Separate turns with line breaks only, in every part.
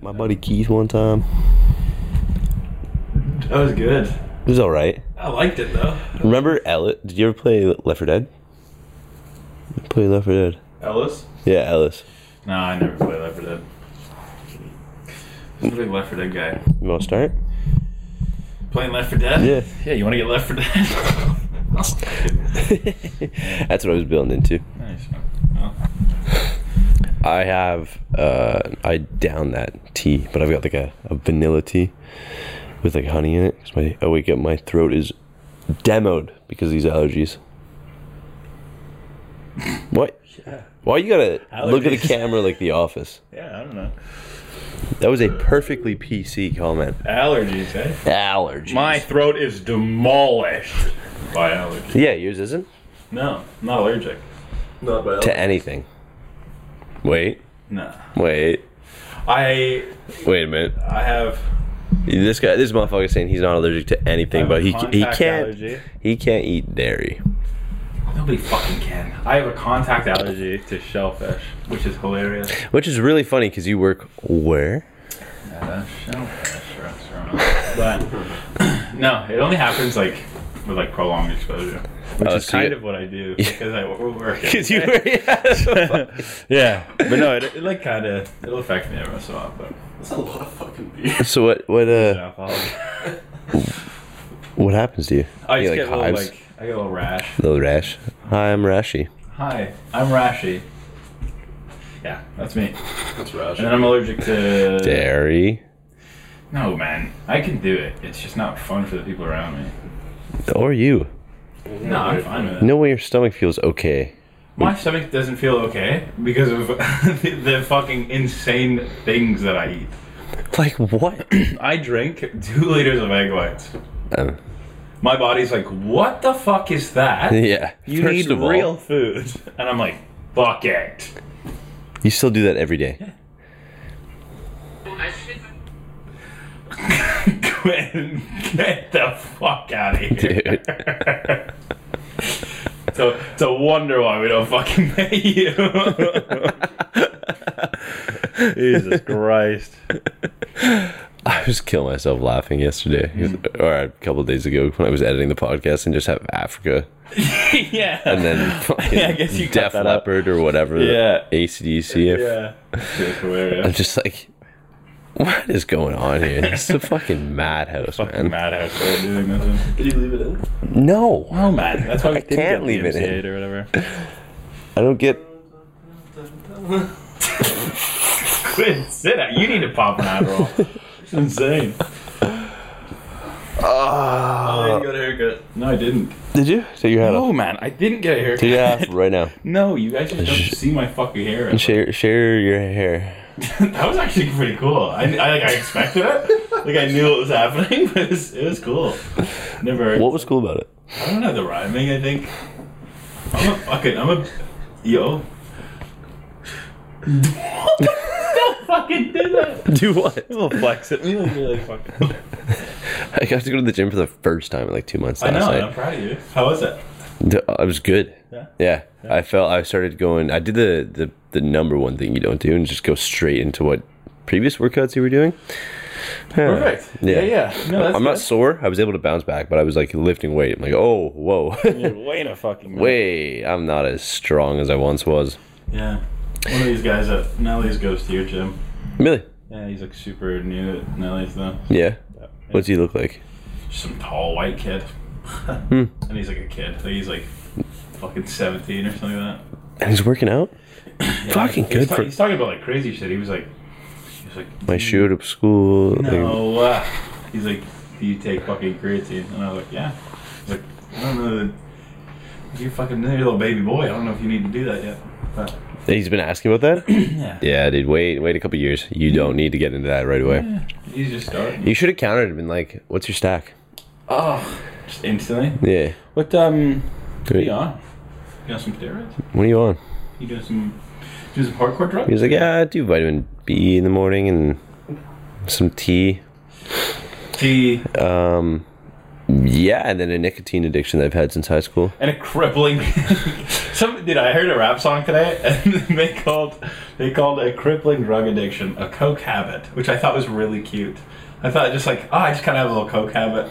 My buddy Keith one time.
That was good.
It was all right.
I liked it though.
Remember Ellis? Did you ever play Left 4 Dead? I Play Left 4 Dead.
Ellis?
Yeah, Ellis.
No, I never played Left 4 Dead. I was a big Left 4 Dead guy.
You want to start?
Playing Left 4 Dead?
Yeah.
Yeah, you want to get Left 4 Dead?
That's what I was building into.
nice. Oh.
I have uh, I down that tea, but I've got like a, a vanilla tea with like honey in it. 'cause my I wake up, my throat is demoed because of these allergies. What?
Yeah.
Why you gotta look at the
Allergies.
camera like The Office?
Yeah, I don't know.
That was a perfectly PC comment.
Allergies, eh?
Allergies.
My throat is demolished by allergies.
yeah, yours isn't
No, I'm not allergic.
Not bad.
to anything. Wait,
No.
wait,
I
wait a minute.
I have
This guy, this motherfucker, saying he's not allergic to
I
anything,
have
but
a
he he
Uh, contact
can't
allergy.
he can't eat dairy.
Nobody fucking can. I have a contact allergy to shellfish, which is hilarious.
Which is really funny because you work where?
At a shellfish restaurant. But no, it only happens like with like prolonged exposure, which
Oh,
is
so you-
kind of what I do because I work.
Because you were.
yeah, but no, it, it like kind of it'll affect me every so often.
That's a lot of fucking beer.
so what what uh
But I
what happens to you?
I
you
just
like
get a little
hives?
like I get a little rash.
little rash. Hi, I'm Rashy.
Hi, I'm rashy. Yeah, that's me.
That's rash.
And then I'm allergic to
Dairy.
No, man. I can do it. It's just not fun for the people around me.
Or you.
No, I'm fine with it.
No way your stomach feels okay.
My stomach doesn't feel okay because of the, the fucking insane things that I eat.
Like what?
I drink two liters of egg whites.
um,
My body's like, what the fuck is that?
yeah.
You
First
need
of all,
real food. And I'm like, fuck it.
You still do that every day.
Quinn, get the fuck out of here.
Dude.
So it's a wonder why we don't fucking pay you. Jesus Christ.
I was killing myself laughing yesterday, or a couple of days ago when I was editing the podcast and just have Africa
yeah.
and then fucking
Yeah, I guess you cut
Def
that out.
Leppard or whatever. the
Yeah.
ACDC.
yeah. It's
I'm
hilarious.
just like, what is going on here? This is a fucking madhouse, man.
Madhouse for doing this one.
Did you leave it in?
No,
Oh man, that's why we
I
didn't
can't
get
leave it in.
DMCA'd or whatever.
I don't get.
Quinn, sit down. You need to pop an Adderall. it's insane.
Ah.
I didn't get Oh, a haircut.
No, I didn't.
Did you? So you had
Oh man, I didn't get a haircut.
Take it off right now.
No, you guys just
Sh-
don't see my fucking hair.
And share share your hair.
that was actually pretty cool. I, I like I expected it. Like I knew what was happening, but it was, it was cool. Never.
What was cool about it?
I don't know the rhyming. I think I'm a fucking I'm a yo. don't fucking do that.
Do what?
People flex at me like you're like fucking.
I got to go to the gym for the first time in like two months
I
last
know. and I'm
night.
proud of you. How was it?
D- I was good.
Yeah.
Yeah. I felt I started going. I did the, the the number one thing you don't do, and just go straight into what previous workouts you were doing. Yeah.
Perfect.
Yeah.
Yeah, yeah. No, that's
I'm not sore. I was able to bounce back, but I was like lifting weight. I'm like, oh, whoa,
You're way in a fucking.
wait, I'm not as strong as I once was.
Yeah. One of these guys at Nelly's goes to your gym.
Really?
Yeah, he's like super new at Nelly's though.
Yeah. What's he look like?
some tall white kid.
Hmm.
And he's like a kid. Like he's like fucking 17 or something like
And he's working out.
that. Yeah,
Fucking
he's
good
ta-
for-
He's talking about like crazy shit. He was like, he was like,
My shoe at school. like-
Mm. no. Uh, he's like, do you take fucking creatine? And I was like, yeah. He's like, I don't know. that- You're fucking you're a little baby boy. I don't know if you need to do that yet. But
he's been asking about that.
yeah,
yeah, dude. Wait, wait a couple years.
Mm.
You don't need to get into that right away.
he's just starting.
You should have countered and been like, "What's your stack?"
Oh, just instantly.
Yeah.
What um?
Wait,
You on? You on some steroids?
What are you on?
You doing some? Doing some hardcore drugs?
He was like, "Yeah, I do vitamin B in the morning and some tea."
Tea.
Um, Yeah, and then a nicotine addiction that I've had since high school.
and a crippling. Some dude, I heard a rap song today, and they called they called a crippling drug addiction a coke habit, which I thought was really cute. I thought just like, oh, I just kind of have a little coke habit.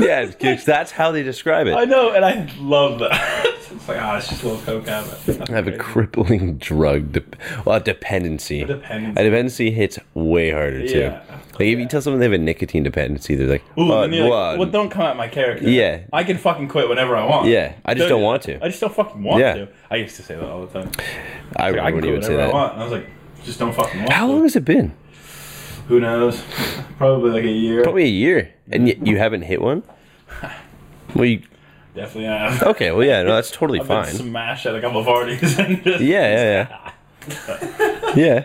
Yeah, because that's how they describe it.
I know, and I love that. it's like, ah, it's just a little coke habit.
I have a crippling drug, dep well, a dependency. A
dependency.
dependency hits way harder too.
Yeah.
Like if you tell someone they have a nicotine dependency, they're like,
Ooh,
"Uh,
and you're
what?"
like, well, don't come at my character.
Yeah.
I can fucking quit whenever I want.
Yeah, I just don't want to.
I just don't fucking want
Yeah.
to. I used to say that all the time.
I,
Like, I can
wouldn't
quit
even say
whenever I
that.
want. And I was like, just don't fucking want.
How
to.
long has it been?
Who knows? Probably like a year.
Probably a year, and yet you haven't hit one. Well, you,
Definitely have.
okay, well, yeah, no, that's totally
I've
fine.
been smashed at a couple parties and just
yeah, yeah, yeah, yeah.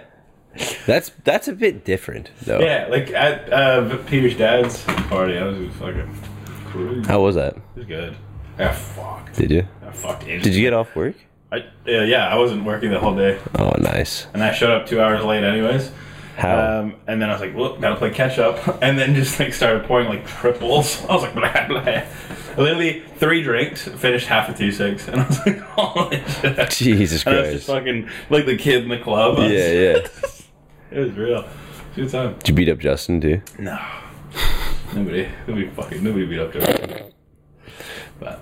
That's that's a bit different though.
Yeah, like at uh, Peter's dad's party, I was just fucking crazy. It
How was that?
was good. I got fucked.
Did you?
I fucked.
Did you get off work?
I, uh, yeah, I wasn't working the whole day,
Oh, nice.
and I showed up two hours late, anyways.
How?
Um, and then I was like, "Look, gotta play catch up," and then just like started pouring like triples. I was like, blah, blah. I Literally three drinks, finished half of two six, and I was like, "Holy shit!"
Jesus
And I was just
Christ.
fucking like the kid in the club.
Yeah,
I was-
yeah.
It was real. It was a Good time.
Did you beat up Justin too?
No. Nobody, nobody fucking, nobody beat up Derek. But,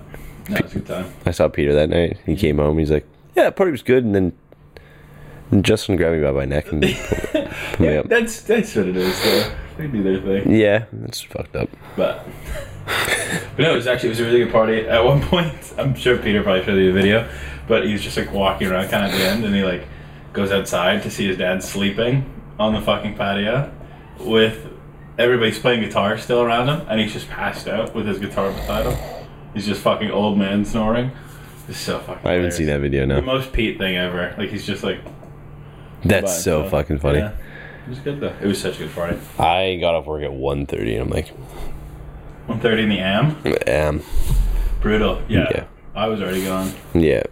no, it's a good time.
I saw Peter that night. He
Mm-hmm.
came home. He's like, "Yeah, the party was good," and then and Justin grabbed me by my neck and pulled, pulled me up.
That's, that's what it is, though. They do their thing.
Yeah, that's fucked up.
But, but no, it was actually, it was a really good party. At one point, I'm sure Peter probably showed you the video, but he was just like walking around kind of at the end and he like goes outside to see his dad sleeping on the fucking patio with everybody's playing guitar still around him and he's just passed out with his guitar beside him. He's just fucking old man snoring. It's so fucking
I haven't seen that
hilarious.
video now.
The most Pete thing ever. Like he's just like.
That's
bye,
so fucking funny.
uh, yeah. It was good though. It was such a good Friday.
I got off work at 1.30 and I'm like,
1.30 in the AM.
um,
Brutal. Yeah.
Yeah.
I was already gone.
yeah.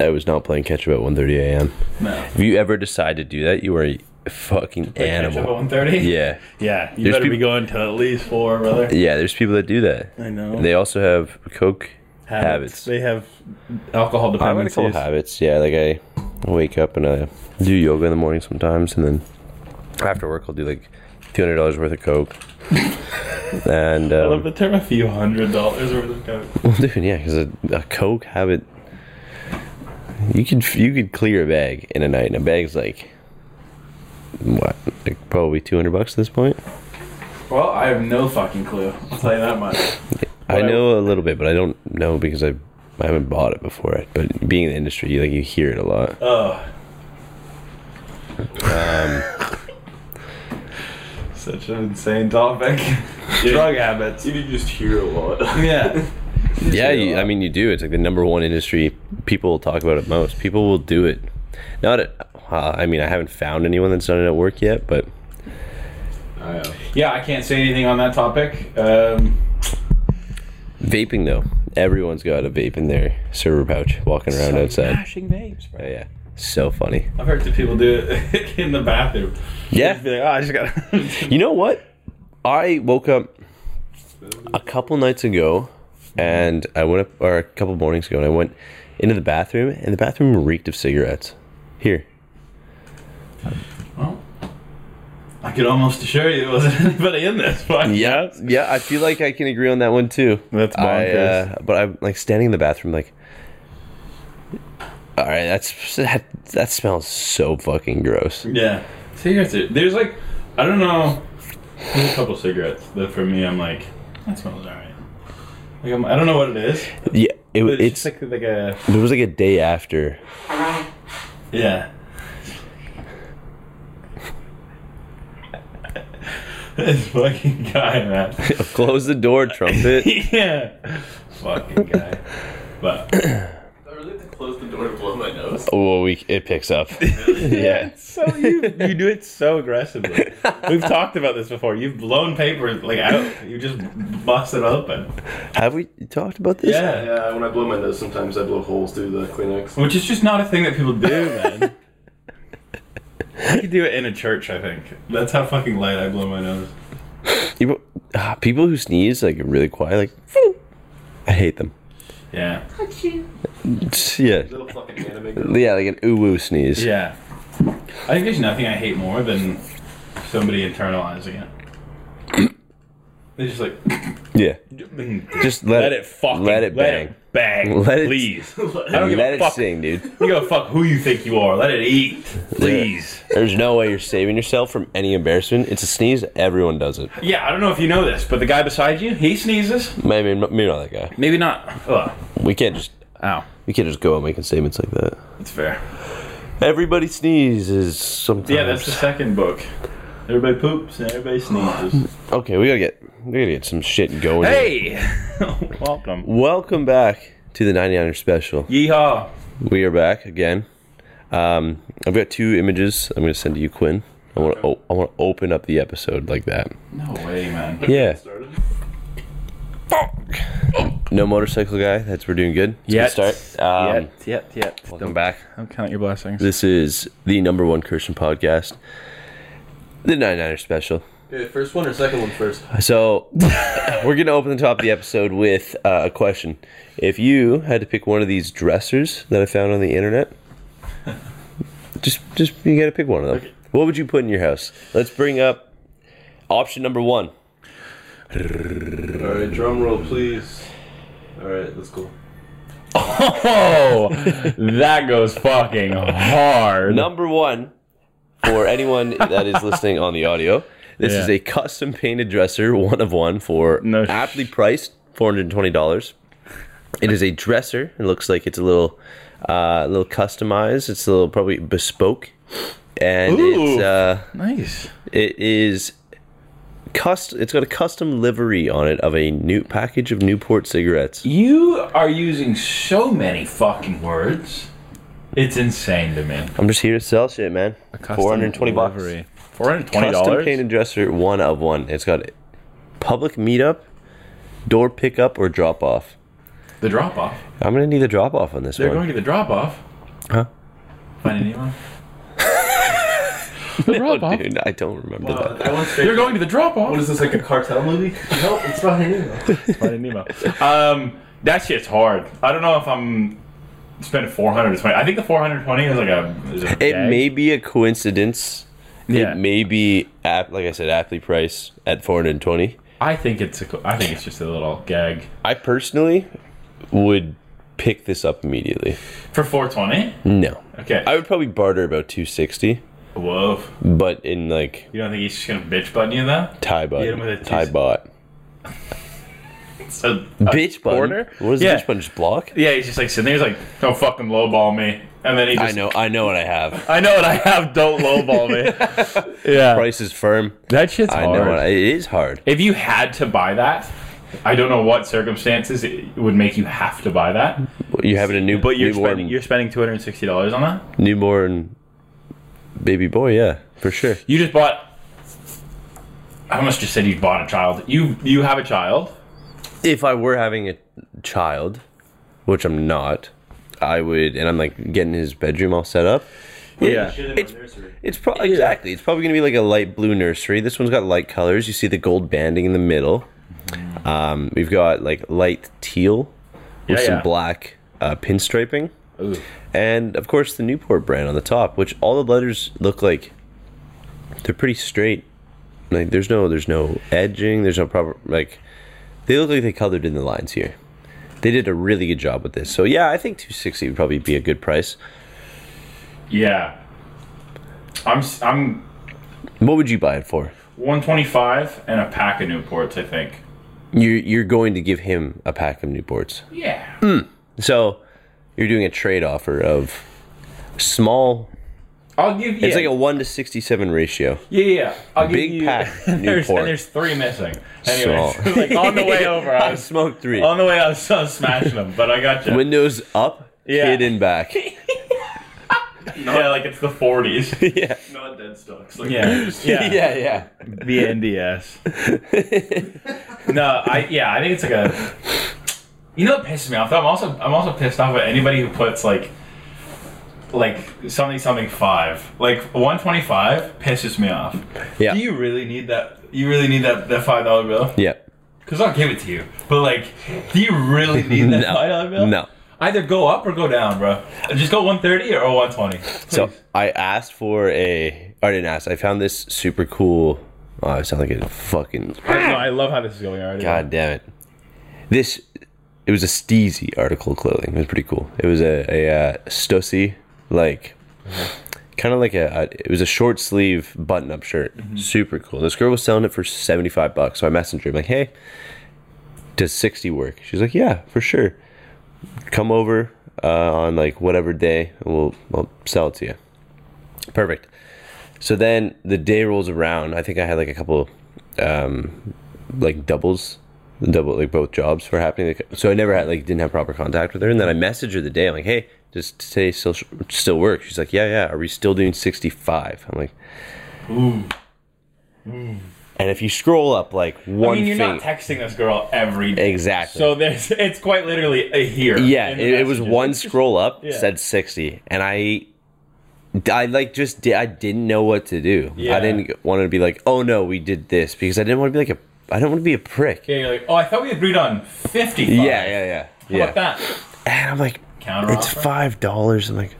I was not playing catch up at 1.30 a.m.
No.
If you ever decide to do that, you are a fucking animal.
One thirty.
Yeah.
Yeah. You
There's
better be
people-
going to at least four, brother.
Yeah, there's people that do that.
I know.
And they also have Coke habits.
They have alcohol
I would
dependencies.
call habits. Yeah, like I wake up and I do yoga in the morning sometimes, and then after work I'll do like two hundred dollars worth of coke. and
I love
um,
the term a few hundred dollars worth of coke.
well, dude, yeah, because a, a coke habit, you could you could clear a bag in a night, and a bag's like what, like probably two hundred bucks at this point.
Well, I have no fucking clue. I'll tell you that much.
I
Well, I-
know a little bit, but I don't know because I. I haven't bought it before, but being in the industry, you, like you hear it a lot.
Oh. Such an insane topic. Drug habits.
You did just hear a lot.
Yeah.
Yeah,
say a
you, I
lot.
mean, you do. It's like the number one industry people will talk about it most. People will do it. Not at, uh, I mean, I haven't found anyone that's done it at work yet, but
I am.
Yeah, I can't say anything on that topic. Um,
vaping though, everyone's got a vape in their server pouch walking around outside.
Smashing vapes, bro.
Oh, yeah, so funny.
I've heard the people do it in the bathroom.
Yeah,
Be like, oh, I just got.
you know what? I woke up a couple nights ago, and I went up, or a couple mornings ago, and I went into the bathroom, and the bathroom reeked of cigarettes. Here,
well, I could almost assure you there wasn't anybody in this. But
Yeah, yeah, I feel like I can agree on that one too.
That's
I,
bonkers.
uh, but I'm like standing in the bathroom, like, all right, that's that, that smells so fucking gross.
Yeah. Cigarettes. Are, there's like, I don't know. There's a couple cigarettes that for me, I'm like, that smells alright. Like I'm, I don't know what it is.
Yeah, it,
But it's,
it's
just like like a
it was like a day after.
yeah. this fucking guy, man.
Close the door, trumpet.
yeah. Fucking guy. But
I really have to close the door to blow my nose.
oh, we it picks up. yeah,
It's so you you do it so aggressively. We've talked about this before. You've blown paper like out. You just bust it open.
have we talked about this?
Yeah.
Yeah, when I blow my nose, sometimes I blow holes through the Kleenex.
Which is just not a thing that people do, man. you could do it in a church, I think. That's how fucking light I blow my nose.
You, ah, people who sneeze like really quiet, like I hate them.
Yeah.
Yeah,
Little fucking anime girl.
yeah, like an ooh woo sneeze.
Yeah. I think there's nothing I hate more than somebody internalizing it. They're just like,
yeah. Just let,
let it fucking,
let it bang.
bang,
Let it-
please. I don't give
let
a
it
fuck.
sing, dude.
You go fuck who you think you are. Let it eat, please.
There's no way you're saving yourself from any embarrassment. It's a sneeze. Everyone does it.
Yeah, I don't know if you know this, but the guy beside you, he sneezes.
Maybe, maybe not that guy.
Maybe not. Ugh.
We can't just
Ow.
we can't just go out making statements like that.
That's fair.
Everybody sneezes sometimes.
Yeah, that's the second book. Everybody poops and everybody sneezes.
okay. We gotta get we gotta get some shit going. here.
hey! Welcome.
welcome back to the 99er special.
Yeehaw.
We are back again. Um, I've got two images. I'm gonna send to you, Quinn. I want to o- I want to open up the episode like that.
No way, man.
Yeah.
Started.
No motorcycle guy. That's we're doing good.
Yes.
Let's get start. Um,
yet, yet, yet.
Welcome back.
Don't count your blessings.
This is the number one Christian podcast, the 99er special.
Okay, first one or second one first?
So we're gonna open the top of the episode with uh, a question. If you had to pick one of these dressers that I found on the internet, just just you gotta pick one of them. What would you put in your house? Let's bring up option number one.
Alright, drum roll, please. Alright, that's cool.
Oh, that goes fucking hard.
Number one for anyone that is listening on the audio. This is
Yeah.
a custom painted dresser, one of one, for
No sh-
aptly priced, four hundred and twenty dollars. It is a dresser. It looks like it's a little, uh, a little customized. It's a little probably bespoke, and it's
Ooh.
uh,
Nice.
it is cust. It's got a custom livery on it of a new package of Newport cigarettes.
You are using so many fucking words. It's insane to me.
I'm just here to sell shit, man. Four hundred twenty bucks.
Four hundred twenty
Custom
dollars.
painted dresser, one of one. It's got public meetup, door pickup, or drop off.
The drop off.
I'm gonna need a drop off on this
They're
one.
going to the drop off.
Huh?
Finding Nemo. the drop
Oh,
off.
dude, I don't remember that.
Uh, that one's
They're going to the drop
What
off.
is this, like a cartel movie? no, it's not anymore.
Finding Nemo. Um, that shit's hard. I don't know if I'm spending four hundred twenty. I think the four hundred twenty is like a. Is a
It
gag.
may be a coincidence.
Yeah.
It may be apt, like I said, aptly price at 420.
I think it's a. co- I think it's just a little gag
I personally would pick this up immediately.
for four twenty.
No,
Okay.
I would probably barter about 260,
Whoa.
but in like
You don't think he's just gonna bitch button you though?
Thai bot,
Hit him with a
Thai
260.
bot,
So
bitch button.
corner?
What is
Yeah.
the bitch button? Just block.
yeah, he's just like sitting there. He's like, "Don't fucking lowball me," and then he
I
just,
know, I know what I have.
I know what I have. Don't lowball me. yeah,
Price is firm.
that shit's
I
hard.
know what I, it is hard.
if you had to buy that, I don't know what circumstances it would make you have to buy that.
You having a new,
But you're
newborn,
spending you're spending two hundred and sixty dollars on that.
newborn baby boy, yeah, for sure.
You just bought. I almost just said you bought a child. You you have a child.
If I were having a child, which I'm not, I would, and I'm like getting his bedroom all set up.
Yeah.
It's- It's probably exactly. It's probably gonna be like a light blue nursery. This one's got light colors. You see the gold banding in the middle. Um, we've got like light teal with
Yeah,
some
yeah.
black uh, pinstriping.
Ooh.
and of course the Newport brand on the top, which all the letters look like they're pretty straight. Like there's no there's no edging, there's no proper like they look like they colored in the lines here. They did a really good job with this. So yeah, I think 260 would probably be a good price.
Yeah. I'm s- I'm
What would you buy it for?
125 and a pack of Newports, I think.
You you're going to give him a pack of Newports.
Yeah.
So you're doing a trade offer of small
I'll give you.
it's like a 1 to 67 ratio.
yeah, yeah. I'll
big
give you,
pack
there's,
Newport.
and there's three missing. Anyways, like on the way over, I
I
was
smoked 3.
on the way. I was, I was smashing them, but I got you.
Windows up,
Yeah.
kid in back.
yeah, like it's the 40s.
yeah.
Not dead stocks. Like,
Yeah, yeah.
yeah.
The NDS. no, I yeah, I think it's like a. You know what pisses me off? though? I'm also I'm also pissed off at anybody who puts like like something something five. Like one twenty five pisses me off.
Yeah.
Do you really need that? You really need that that five dollar bill?
Yeah.
Because I'll give it to you. But like, do you really need that five dollar bill?
No.
Either go up or go down, bro. Just go one thirty or one twenty.
So I asked for a. I didn't ask. I found this super cool. Oh, I sound like a fucking.
I love how this is going already.
God damn it. This. It was a Steezy article of clothing. It was pretty cool. It was a, a uh, Stussy, like. Kind of like a, a. It was a short sleeve button up shirt. Super cool. This girl was selling it for 75 bucks. So I messaged her. I'm like, hey, does 60 work? She's like, yeah, for sure. Come over uh, on like whatever day and we'll, we'll sell it to you. Perfect. So then the day rolls around. I think I had like a couple, um, like doubles, double like both jobs were happening. Like, so I never had like didn't have proper contact with her. And then I messaged her the day. I'm like, hey, does today still still work? She's like, yeah, yeah. Are we still doing 65? I'm like,
Ooh.
and if you scroll up like
I
one
mean, you're
thing,
not texting this girl every day.
exactly.
So there's, it's quite literally a here.
Yeah,
in
it,
the
it was
messages.
one scroll up
Yeah.
said sixty, and I, I like just did. I didn't know what to do.
Yeah.
I didn't want to be like, oh no, we did this because I didn't want to be like a. I don't want to be a prick.
Yeah, you're like, oh, I thought we agreed on fifty.
Yeah, yeah, yeah,
How
yeah.
about that?
And I'm like,
Counter
it's
offer?
five dollars. I'm like,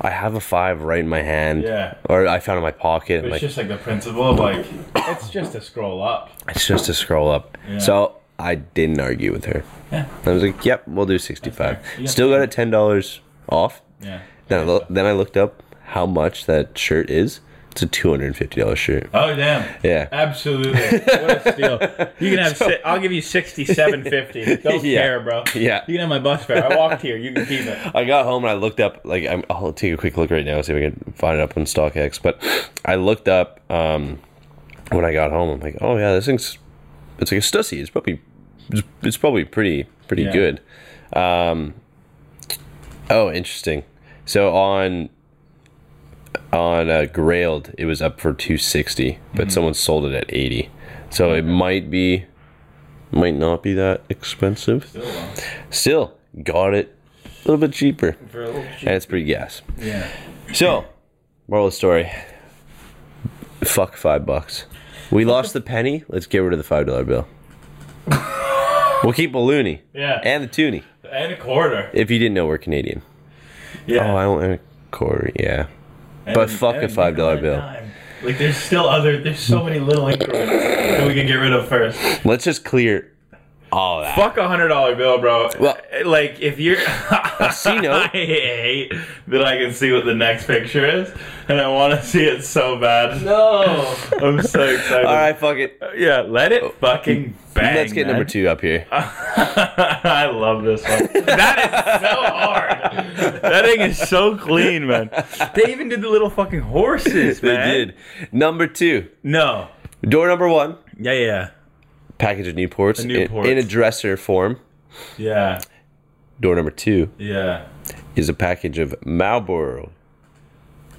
I have a five right in my hand.
Yeah.
Or I found it in my pocket. I'm
It's
like,
just like the principle of like, it's just a scroll up.
it's just a scroll up.
Yeah.
So I didn't argue with her.
Yeah.
I was like, yep, we'll do sixty-five.
fair. You got
Still got a ten dollars off.
Yeah.
Then I, loo- then I looked up how much that shirt is. It's a two hundred and fifty dollars shirt.
Oh damn.
Yeah.
Absolutely. What a steal. You can have. si- I'll give you sixty-seven fifty. Don't
Yeah.
care, bro.
Yeah.
You can have my bus fare. I walked here. You can keep it.
I got home and I looked up like I'm, I'll take a quick look right now see if I can find it up on StockX. But I looked up um, when I got home. I'm like, oh yeah, this thing's it's like a stussy. It's probably it's, it's probably pretty pretty
Yeah.
good. Um, oh, interesting. So on on uh, Grailed, it was up for two sixty,
Mm-hmm.
but someone sold it at eighty. So it might be might not be that expensive.
Still, uh,
Still got it a little bit cheaper.
for a little cheap.
And it's pretty gas.
Yeah.
So, moral of the story. Fuck five bucks. We lost the penny. Let's get rid of the five dollar bill. We'll keep a loony
Yeah. And,
and the toonie.
a quarter.
If you didn't know, we're Canadian.
Yeah.
Oh, I don't own a quarter. Yeah,
And-
but fuck
and
a $5
nickel
bill.
and dime. Like there's still other. There's so many little increments that we can get rid of first.
let's just clear all that.
Fuck a hundred dollar bill, bro.
Well-
like if you're, I
C note.
hate that I can see what the next picture is, and I want to see it so bad.
No.
I'm so excited.
All right, fuck it.
yeah, let it fucking bang.
let's get number
man.
two up here.
I love this one. that is so hard. That thing is so clean, man. They even did the little fucking horses,
they
man.
did number two.
No.
Door number one.
Yeah, yeah,
Package of Newports, in-
Newports.
in a dresser form.
yeah,
Door number two
yeah.
is a package of Marlboro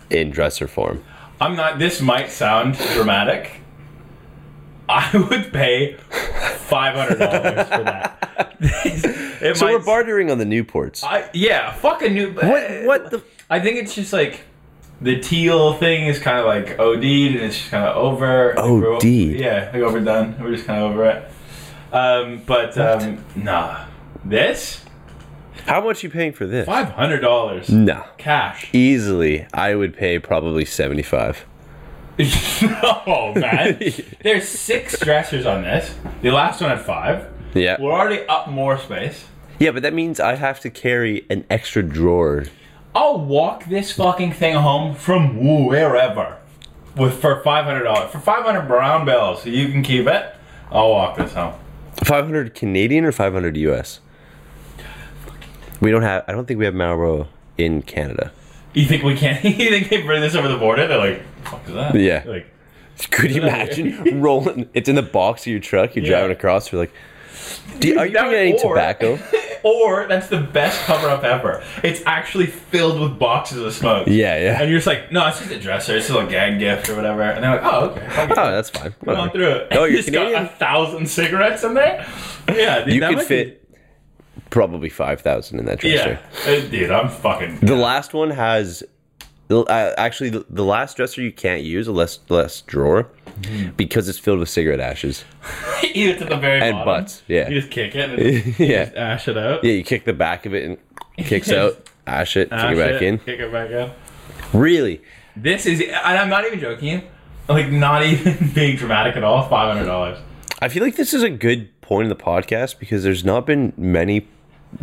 in dresser form.
I'm not. This might sound dramatic. I would pay five hundred dollars for that. It
So
might-
we're bartering on the Newports.
I, yeah, fuck a new. uh,
What? What the?
I think it's just like the teal thing is kind of like OD'd and it's just kind of over. I think we're-
OD'd?
Yeah, like overdone. We're just kind of over it. Um, but um, nah, this
How much you paying for this?
five hundred dollars
No.
cash.
Easily, I would pay probably seventy-five.
no, Oh, man. There's six dressers on this. The last one had five.
Yeah.
We're already up more space.
Yeah, but that means I have to carry an extra drawer.
I'll walk this fucking thing home from wherever with for five hundred dollars. For five hundred brown bells, so you can keep it. I'll walk this home.
Five hundred Canadian or five hundred US. We don't have. I don't think we have Marlboro in Canada.
You think we can't? You think they bring this over the border? They're like, "The fuck is that?
Yeah.
They're like,
Could you imagine rolling? It's in the box of your truck. You're
Yeah.
driving across. You're like, Do, are you
That-
bringing any
or-
tobacco?
or that's the best cover up ever. It's actually filled with boxes of smoke.
Yeah, yeah.
And you're just like, no, it's just a dresser. It's just a gag gift or whatever. And they're like, oh, okay. I'll get it."
Oh, that's fine.
Gone
Whatever.
through it.
Oh, you're
just
Canadian?
got a thousand cigarettes in there. Yeah, dude,
You
that
could
might be-
fit probably 5,000 in that dresser.
Yeah, Uh, dude, I'm fucking.
The last one has uh, actually the, the last dresser you can't use, the last last drawer,
Mm-hmm.
because it's filled with cigarette ashes
Eat it to the very
and
bottom.
butts. Yeah,
You just kick it. And it just
yeah,
Ash it out.
yeah. You kick the back of it and kicks out, ash it,
Ash
kick it back
it,
in.
Kick it back out.
Really?
This is, and I'm not even joking. Like, not even being dramatic at all. Five hundred dollars.
I feel like this is a good point in the podcast because there's not been many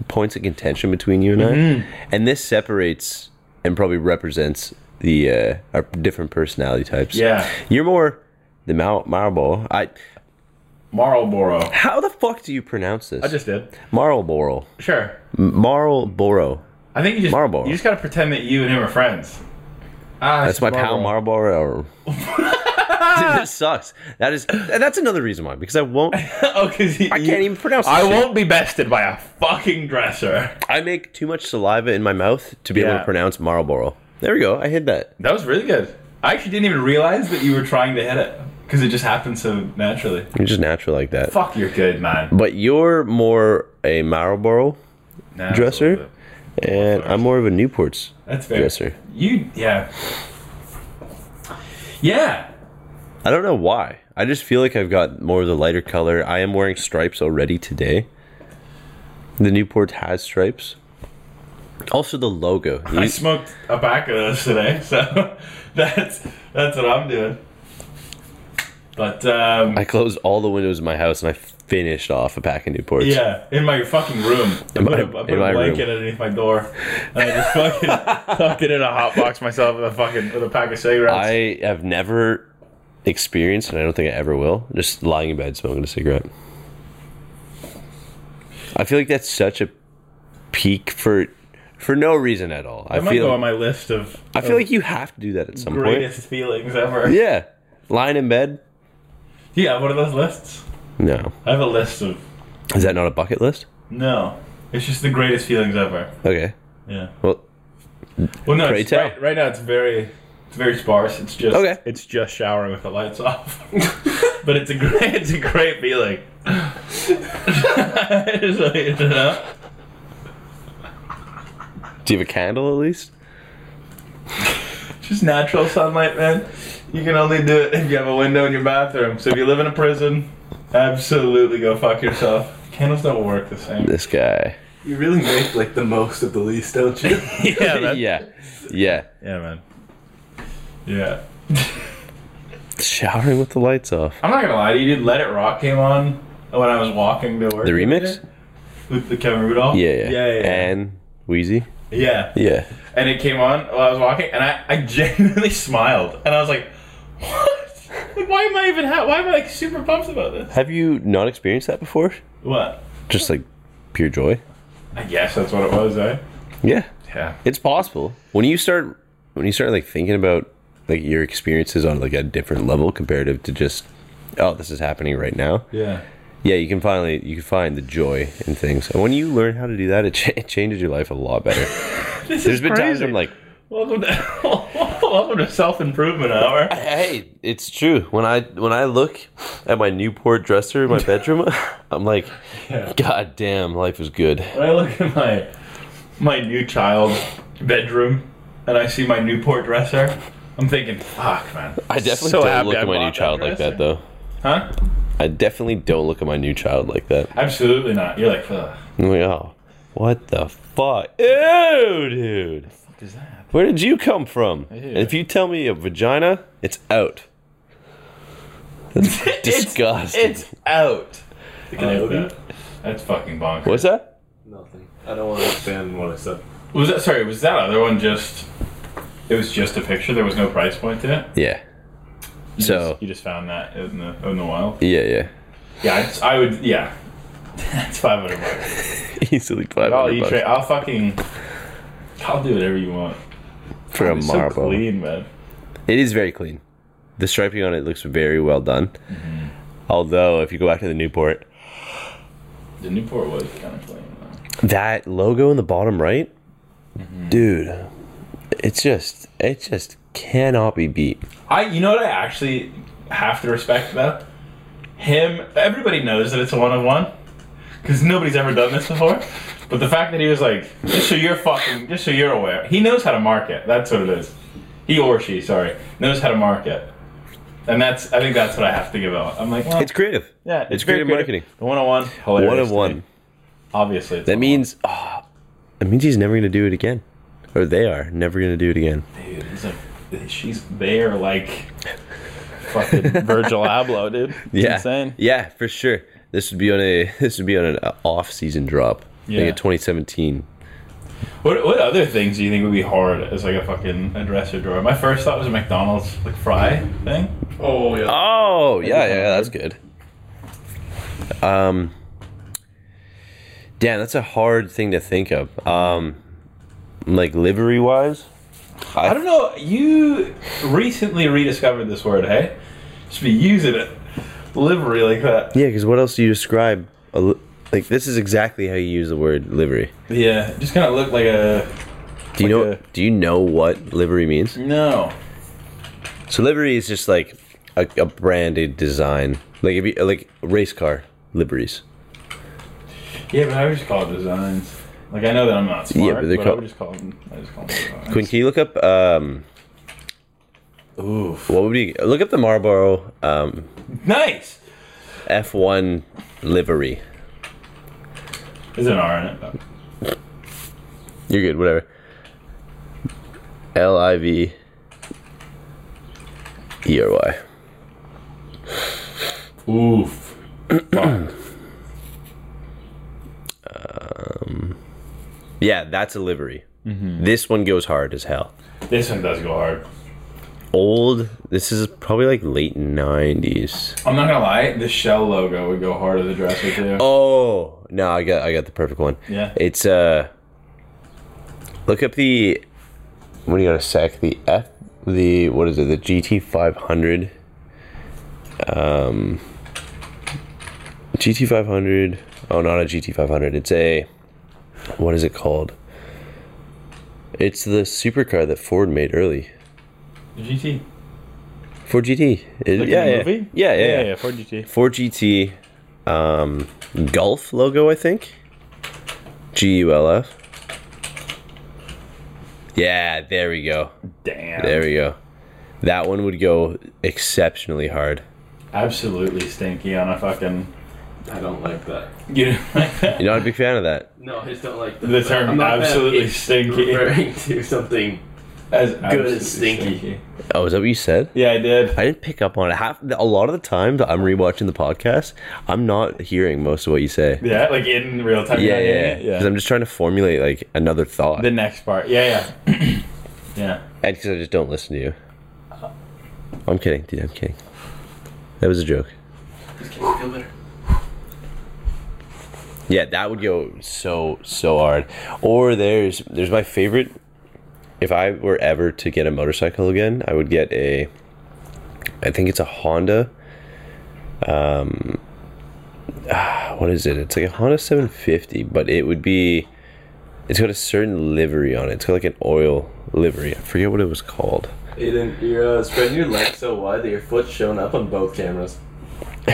points of contention between you and
Mm-hmm.
I, and this separates and probably represents the uh, our different personality types.
Yeah,
you're more the Mar- Marlboro. I
Marlboro.
how the fuck do you pronounce this?
I just did.
Marlboro.
Sure.
M- Marlboro.
I think you just
Marlboro.
you just gotta pretend that you and him are friends. Ah,
That's my pal Marlboro. Dude, this sucks. That is. That's another reason why because I won't. I
oh, because I
can't even pronounce. This
I
shit.
won't be bested by a fucking dresser.
I make too much saliva in my mouth to be able
Yeah.
to pronounce Marlboro. There we go. I hid that.
That was really good. I actually didn't even realize that you were trying to hit it because it just happened so naturally.
You're just natural like that.
Fuck, you're good, man.
But you're more a Marlboro,
Nah, that's
Dresser?
a little bit-
and I'm more of a Newport's
That's fair.
dresser.
You, yeah, yeah.
I don't know why. I just feel like I've got more of the lighter color. I am wearing stripes already today. The Newport has stripes. Also, the logo.
I
You-
smoked a pack of those today, so that's that's what I'm doing. But um,
I closed all the windows in my house and I finished off a pack of Newports.
Yeah, in my fucking room.
In
I
my-
put a, I put
in
a
my
blanket
room.
underneath my door, and I just fucking tucked it in a hot box myself with a fucking with a pack of cigarettes.
I have never experienced, and I don't think I ever will, just lying in bed smoking a cigarette. I feel like that's such a peak for for no reason at all. I
that might
feel
go on my list of
I feel like you have to do that at some
greatest feelings ever.
point.
Yeah.
Yeah, lying in bed.
Do you have one of those lists?
No,
I have a list of
is that not a bucket list?
no. It's just the greatest feelings ever.
Okay,
Yeah.
well,
Well, no.
Pray
It's,
tell.
right, right now, it's very it's very sparse. It's just
Okay.
It's just showering with the lights off. but it's a great it's a great feeling. It's like, you know?
do you have a candle at least?
Just natural sunlight, man. You can only do it if you have a window in your bathroom. So if you live in a prison, absolutely go fuck yourself. Candles don't work the same.
This guy.
You really make like the most of the least, don't you?
yeah,
yeah, yeah.
Yeah, man. Yeah.
Showering with the lights off.
I'm not gonna lie to you, dude. Let It Rock came on when I was walking to work.
The remix?
With the Kevin Rudolph?
Yeah, yeah,
Yeah, yeah. yeah.
And Wheezy.
yeah.
Yeah.
And it came on while I was walking, and I, I genuinely smiled. And I was like, what? Like, why am I even, ha- why am I like super pumped about this?
Have you not experienced that before?
What?
just like pure joy.
I guess that's what it was, eh?
Yeah,
Yeah.
it's possible. When you start, when you start like thinking about like your experiences on like a different level comparative to just, oh, this is happening right now.
Yeah.
Yeah, you can finally you can find the joy in things, and when you learn how to do that, it, ch- it changes your life a lot better.
This
There's
is
been times
crazy.
I'm like,
welcome to welcome to self improvement hour.
hey, it's true. When I when I look at my Newport dresser in my bedroom, I'm like,
Yeah.
god damn, life is good.
When I look at my my new child bedroom and I see my Newport dresser, I'm thinking, fuck, man.
I definitely
So
don't
happy
look
I
at my
bought
new
that
child like that
dresser.
though.
Huh?
I definitely don't look at my new child like that.
Absolutely not. You're like, ugh.
I'm like, oh, what the fuck? Ew, dude.
What is that?
Where did you come from? And if you tell me a vagina, it's out. That's disgusting.
It's out. I like
Coyote?
that. That's fucking bonkers.
What's that?
Nothing. I don't want to expand what I said.
Was that sorry, was that other one just it was just a picture, there was no price point to it?
Yeah.
You
So-
just, you just found that in the in the wild?
Yeah, yeah.
Yeah, I, just- I would. Yeah, that's five hundred bucks.
Easily five
I'll eat.
hundred
Tra-
bucks
I'll fucking. I'll do whatever you want.
for a
It's
marble.
So clean, man.
it is very clean. The striping on it looks very well done.
Mm-hmm.
Although, if you go back to the Newport,
The Newport was kind of clean. though.
that logo in the bottom right,
Mm-hmm.
dude, it's just it just cannot be beat.
I. You know what? I actually have to respect though. Him. Everybody knows that it's a one of one, because nobody's ever done this before. But the fact that he was like, just so you're fucking, just so you're aware, he knows how to market. That's what it is. He or she, sorry, knows how to market. And that's, I think that's what I have to give out. I'm like, well,
It's creative.
yeah,
it's
very
creative marketing.
The 101, hilarious.
One of
to
one.
me. Obviously. It's
That
101.
means ah, that means he's never gonna do it again, or they are never gonna do it again.
Dude, it's like, she's there like fucking Virgil Abloh, dude. It's
Yeah,
Insane.
yeah, for sure. This would be on a this would be on an off season drop. Yeah.
Yeah.
Like a 2017.
What, what other things do you think would be hard as like a fucking a dresser drawer? My first thought was a McDonald's like fry thing.
Oh yeah.
Oh yeah, yeah, that's good. Um, damn, that's a hard thing to think of. Um, like livery wise,
I don't know. You recently rediscovered this word, hey? Should be using it. Livery like that.
yeah, because what else do you describe? A li- like this is exactly how you use the word livery.
Yeah, just kind of looked like a
Do you
Like
know?
a-
do you know what livery means?
no.
So livery is just like a, a branded design, like if you, like race car liveries.
Yeah, but I would just call it designs. Like I know that I'm not smart,
Yeah, but
but,
they
I
call-
would just call them. I just call them designs.
Quinn, can you look up um,
Oof.
what would be look up the Marlboro um,
Nice.
F one livery?
There's an R in it. though.
You're good, whatever. L I V E R Y.
Oof. Fuck.
Yeah, that's a livery.
Mm-hmm.
This one goes hard as hell.
this one does go hard.
Old. This is probably like late nineties.
I'm not gonna lie, the shell logo would go hard as a dresser too.
Oh no, I got I got the perfect one.
Yeah.
It's uh look up the what do you got a sec? The F the what is it, the GT five hundred. Um GT five hundred oh not a GT five hundred. It's a what is it called? It's the supercar that Ford made early.
GT.
Ford GT. It-
Like
yeah,
the
yeah.
movie?
yeah, yeah, yeah.
yeah, Ford GT.
Ford GT um, Golf logo, I think. G U L F. Yeah, there we go.
Damn.
There we go. That one would go exceptionally hard.
Absolutely stinky on a fucking.
I don't like that.
You know, like that.
You're not a big fan of that.
No, I just don't like that.
The term
I'm not bad at
absolutely
it
stinky.
Referring to something.
As absolutely
as stinky.
Oh, is that what you said?
Yeah, I did.
I didn't pick up on it. Half, a lot of the time that I'm rewatching the podcast, I'm not hearing most of what you say.
Yeah, like in real time.
Yeah, yeah,
you're not
yeah.
getting
Because
it?
I'm just trying to formulate like another thought,
The next part. Yeah, yeah. yeah.
and because I just don't listen to you. I'm kidding, dude. I'm kidding. That was a joke.
Feel better.
Yeah, that would go so so hard. Or there's there's my favorite. If I were ever to get a motorcycle again, I would get a. I think it's a Honda. Um, ah, what is it? It's like a Honda 750, but it would be. It's got a certain livery on it. It's got like an oil livery. I forget what it was called.
Aiden, you're uh, spreading your legs so wide that your foot's showing up on both cameras.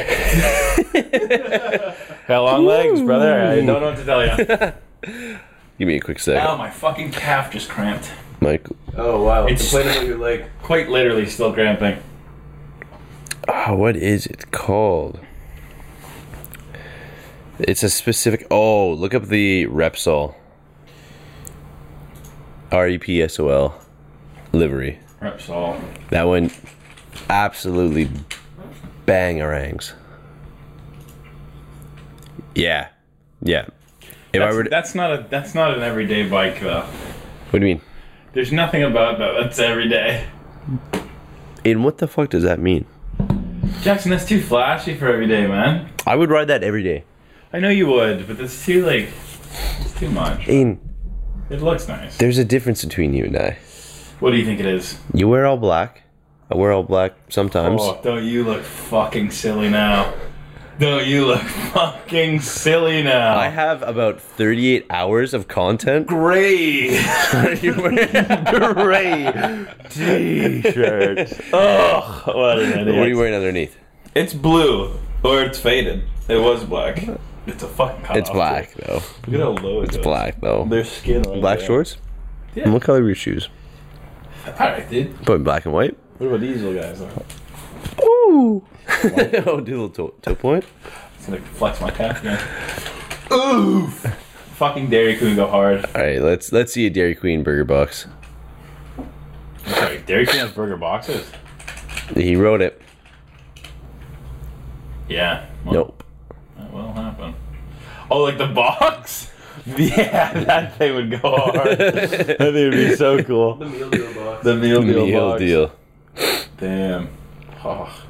Got long legs, brother. I don't know what to tell you.
Give me a quick sec.
Ow, my fucking calf just cramped.
Mike.
Oh wow!
It's-
Complain about your leg.
Quite literally still cramping.
Ah, what is it called? It's a specific. Oh, look up the Repsol. R E P S O L livery.
Repsol.
That one absolutely bangarangs. Yeah. Yeah. If
That's,
I were to,
that's not a that's not an everyday bike though.
What do you mean?
There's nothing about that that's every day.
And what the fuck does that mean?
Jackson, that's too flashy for every day, man.
I would ride that every day.
I know you would, but that's too like it's too much.
And
It looks nice.
there's a difference between you and I.
What do you think it is?
You wear all black. I wear all black sometimes.
Oh, don't you look fucking silly now. Don't you look fucking silly now.
I have about 38 hours of content.
Great.
Gray t-shirts.
Ugh, what an
What are
idiot.
you wearing underneath?
It's blue, or it's faded. It was black. It's a fucking cut
It's black though.
Look at how low it
It's
goes.
black though.
Their skin. like
black
that.
shorts.
Yeah.
And what color were your shoes?
All right, dude.
Probably black and white.
What about these little guys? Though?
Ooh. oh, do a little toe, toe point.
It's gonna flex my calf. Yeah. Oof. Fucking Dairy Queen go hard.
All right, let's let's see a Dairy Queen burger box.
Okay, Dairy Queen has burger boxes.
He wrote it.
Yeah. Well,
Nope.
That will happen. Oh, like the box? Yeah, that thing would go hard. that thing would be so cool.
The meal deal box.
The meal deal
Meal
box.
deal.
Damn. Oh.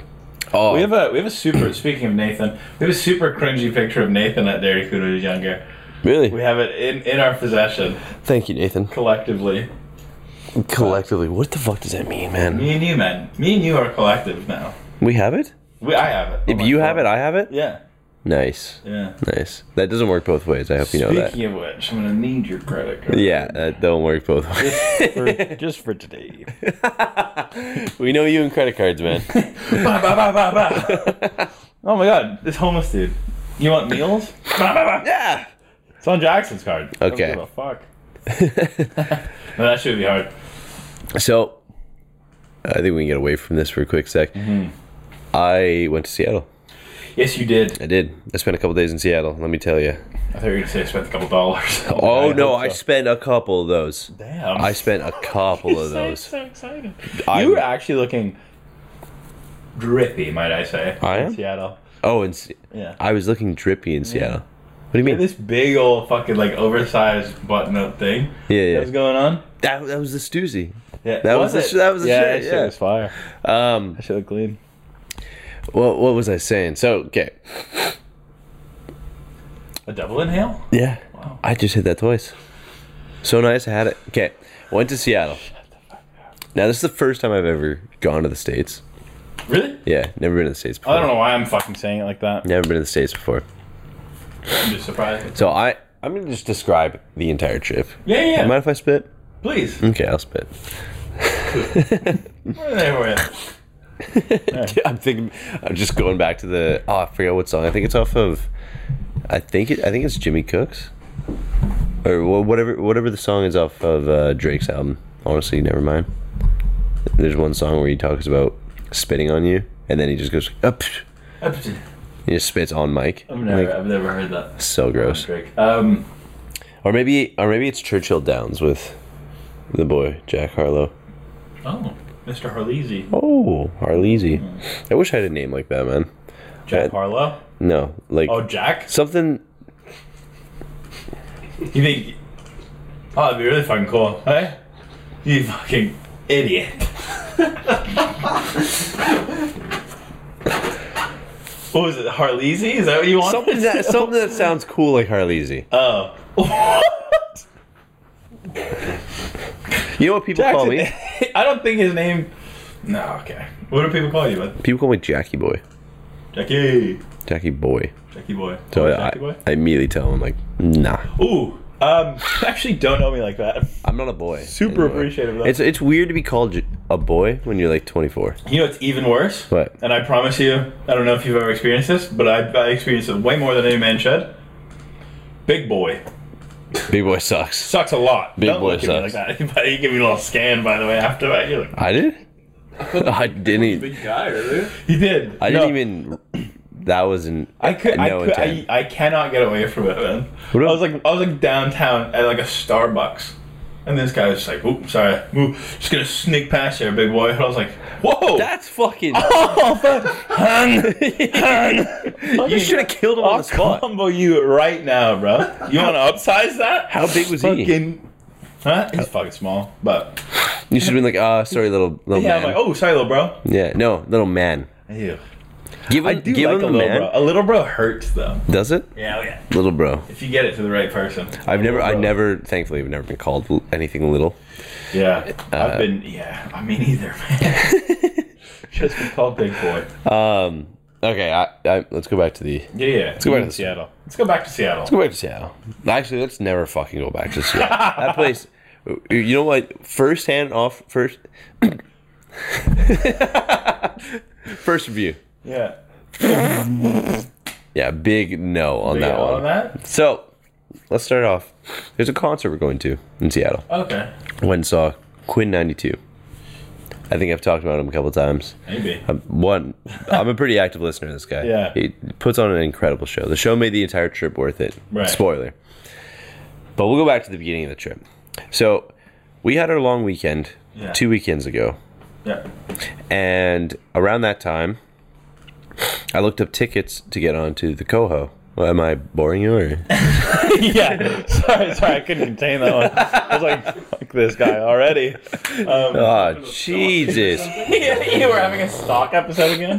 Oh,
We have a we have a super. Speaking of Nathan, we have a super cringy picture of Nathan at Dairy Queen when he was younger.
Oh, really?
We have it in in our possession
Thank you, Nathan.
collectively.
Collectively, what the fuck does that mean, man?
Me and you, man. Me and you are collective now.
We have it.
We I have it. Oh
If
my
you
God.
have it, I have it.
Yeah.
Nice,
Yeah.
nice. That doesn't work both ways. I hope you know that.
Speaking of which, I'm gonna need your credit card.
Yeah, that don't work both ways.
For, just for today.
we know you and credit cards, man.
Bah, bah, bah, bah, bah. oh my god, this homeless dude. You want meals? Bah, bah, bah.
yeah.
It's on Jackson's card. I don't
Okay.
give a fuck. No, that should be hard.
so, I think we can get away from this for a quick sec.
Mm-hmm.
I went to Seattle.
Yes, you did.
I did. I spent a couple days in Seattle. Let me tell you.
I thought you were gonna say I spent a couple dollars.
Oh no,
hope
I
so.
spent a couple of those.
Damn.
I spent a couple of those.
so excited.
I-
you were actually looking drippy, might I say?
I
in
am?
Seattle.
Oh, and Se-
Yeah.
I was looking drippy in Seattle. What do you mean?
this big old fucking like oversized button-up thing
Yeah,
that
yeah.
was going on.
That, that was the Stoozy.
Yeah,
That was the sh-
it?
that was the
yeah,
shit,
that
yeah.
was fire.
Um,
That shit looked clean.
what what was I saying? So okay,
A double inhale.
yeah,
Wow.
I just hit that twice. So nice, I had it. Okay, went to Seattle. Now this is the first time I've ever gone to the states.
Really?
Yeah, never been to the states before.
I don't know why I'm fucking saying it like that.
Never been to the states before.
I'm just surprised.
So I I'm gonna just describe the entire trip.
Yeah, yeah.
Mind if I spit?
Please.
Okay, I'll spit.
We're there for you.
I'm thinking. I'm just going back to the. Oh, I forgot what song. I think it's off of. I think it. I think it's Jimmy Cook's, or wha- whatever. Whatever the song is off of uh, Drake's album. Honestly, never mind. There's one song where he talks about spitting on you, and then he just goes up.
Up to-
He just spits on Mike.
I've never,
Like,
I've never heard that.
so gross.
Drake. Um,
Or maybe, or maybe it's Churchill Downs with the boy Jack Harlow.
oh, Mr. Harleasy.
Oh, Harleasy. I wish I had a name like that, man.
Jack
Uh,
Harlow.
No, like
Oh, Jack.
something.
You think? Oh, that'd be really fucking cool. Hey, you fucking idiot. what was it? Harleasy? Is that what you want?
Something that something that sounds cool like Harleasy.
Oh.
You know what people call me?
Jackson- I don't think his name. No, okay. What do people call you, bud?
People call me Jackie Boy.
Jackie.
Jackie Boy.
Jackie boy.
So
Oh,
I,
Jackie boy.
I immediately tell him like, nah,
Ooh. Um. you Actually, don't know me like that.
I'm not a boy.
Super appreciative though.
It's it's weird to be called j- a boy when you're like 24.
you know, it's even worse.
What?
And I promise you, I don't know if you've ever experienced this, but I, I experienced it way more than any man should. Big boy
Big boy sucks.
sucks a lot.
Big
Don't
boy
look at me
sucks.
Like that. you give me a little scan, by the way, after that. You're like,
I did. I didn't. Even,
Big guy, really?
he did.
I
No.
didn't even. That was an.
I could, I,
No
could I,
intent.
I cannot get away from it, man.
What
I
up?
was like, I was like downtown at like a Starbucks, and this guy was just like, "Oop, sorry, Ooh, just gonna sneak past here, big boy." And I was like, "Whoa,
That's fucking.
oh, fuck. Hun, hun.
you should have killed him on
I'll
the spot.
combo you right now, bro. You want to upsize that?
How big was he?
fucking, huh? He's fucking small, but
You should have been like, ah, sorry, little little
yeah,
man.
I'm like, oh, sorry, little bro.
Yeah, no, little man.
Ew.
Give him,
I do
give
like
him the
a little
man.
bro. A little bro hurts though.
Does it?
Yeah, oh, yeah.
Little bro.
If you get it to the right person.
I've never, I
Bro.
never, thankfully, I've never been called l- anything little.
Yeah, I've been. Yeah, I mean either man. Just been called Big Boy.
Um. Okay. I, I let's go back to the
Yeah, yeah. Let's
go back to
Seattle. Let's go back to Seattle.
go back to Seattle. Actually, let's never fucking go back to Seattle. that place. You know what? First hand off. First. first review.
Yeah.
Yeah, big no on
Big
that
L
one.
on that?
So let's start off. There's a concert we're going to in Seattle.
Okay.
Went and saw Quinn 92. I think I've talked about him a couple times.
Maybe.
Um, one, I'm a pretty active listener to this guy.
Yeah.
He puts on an incredible show. The show made the entire trip worth it.
Right.
Spoiler. But we'll go back to the beginning of the trip. So we had our long weekend
Yeah.
two weekends ago.
Yeah.
And around that time, I looked up tickets to get onto the Coho. Well, am I boring you or?
yeah. Sorry, sorry, I couldn't contain that one. I was like, fuck this guy already. Um,
Oh, Jesus.
you were having a stock episode again?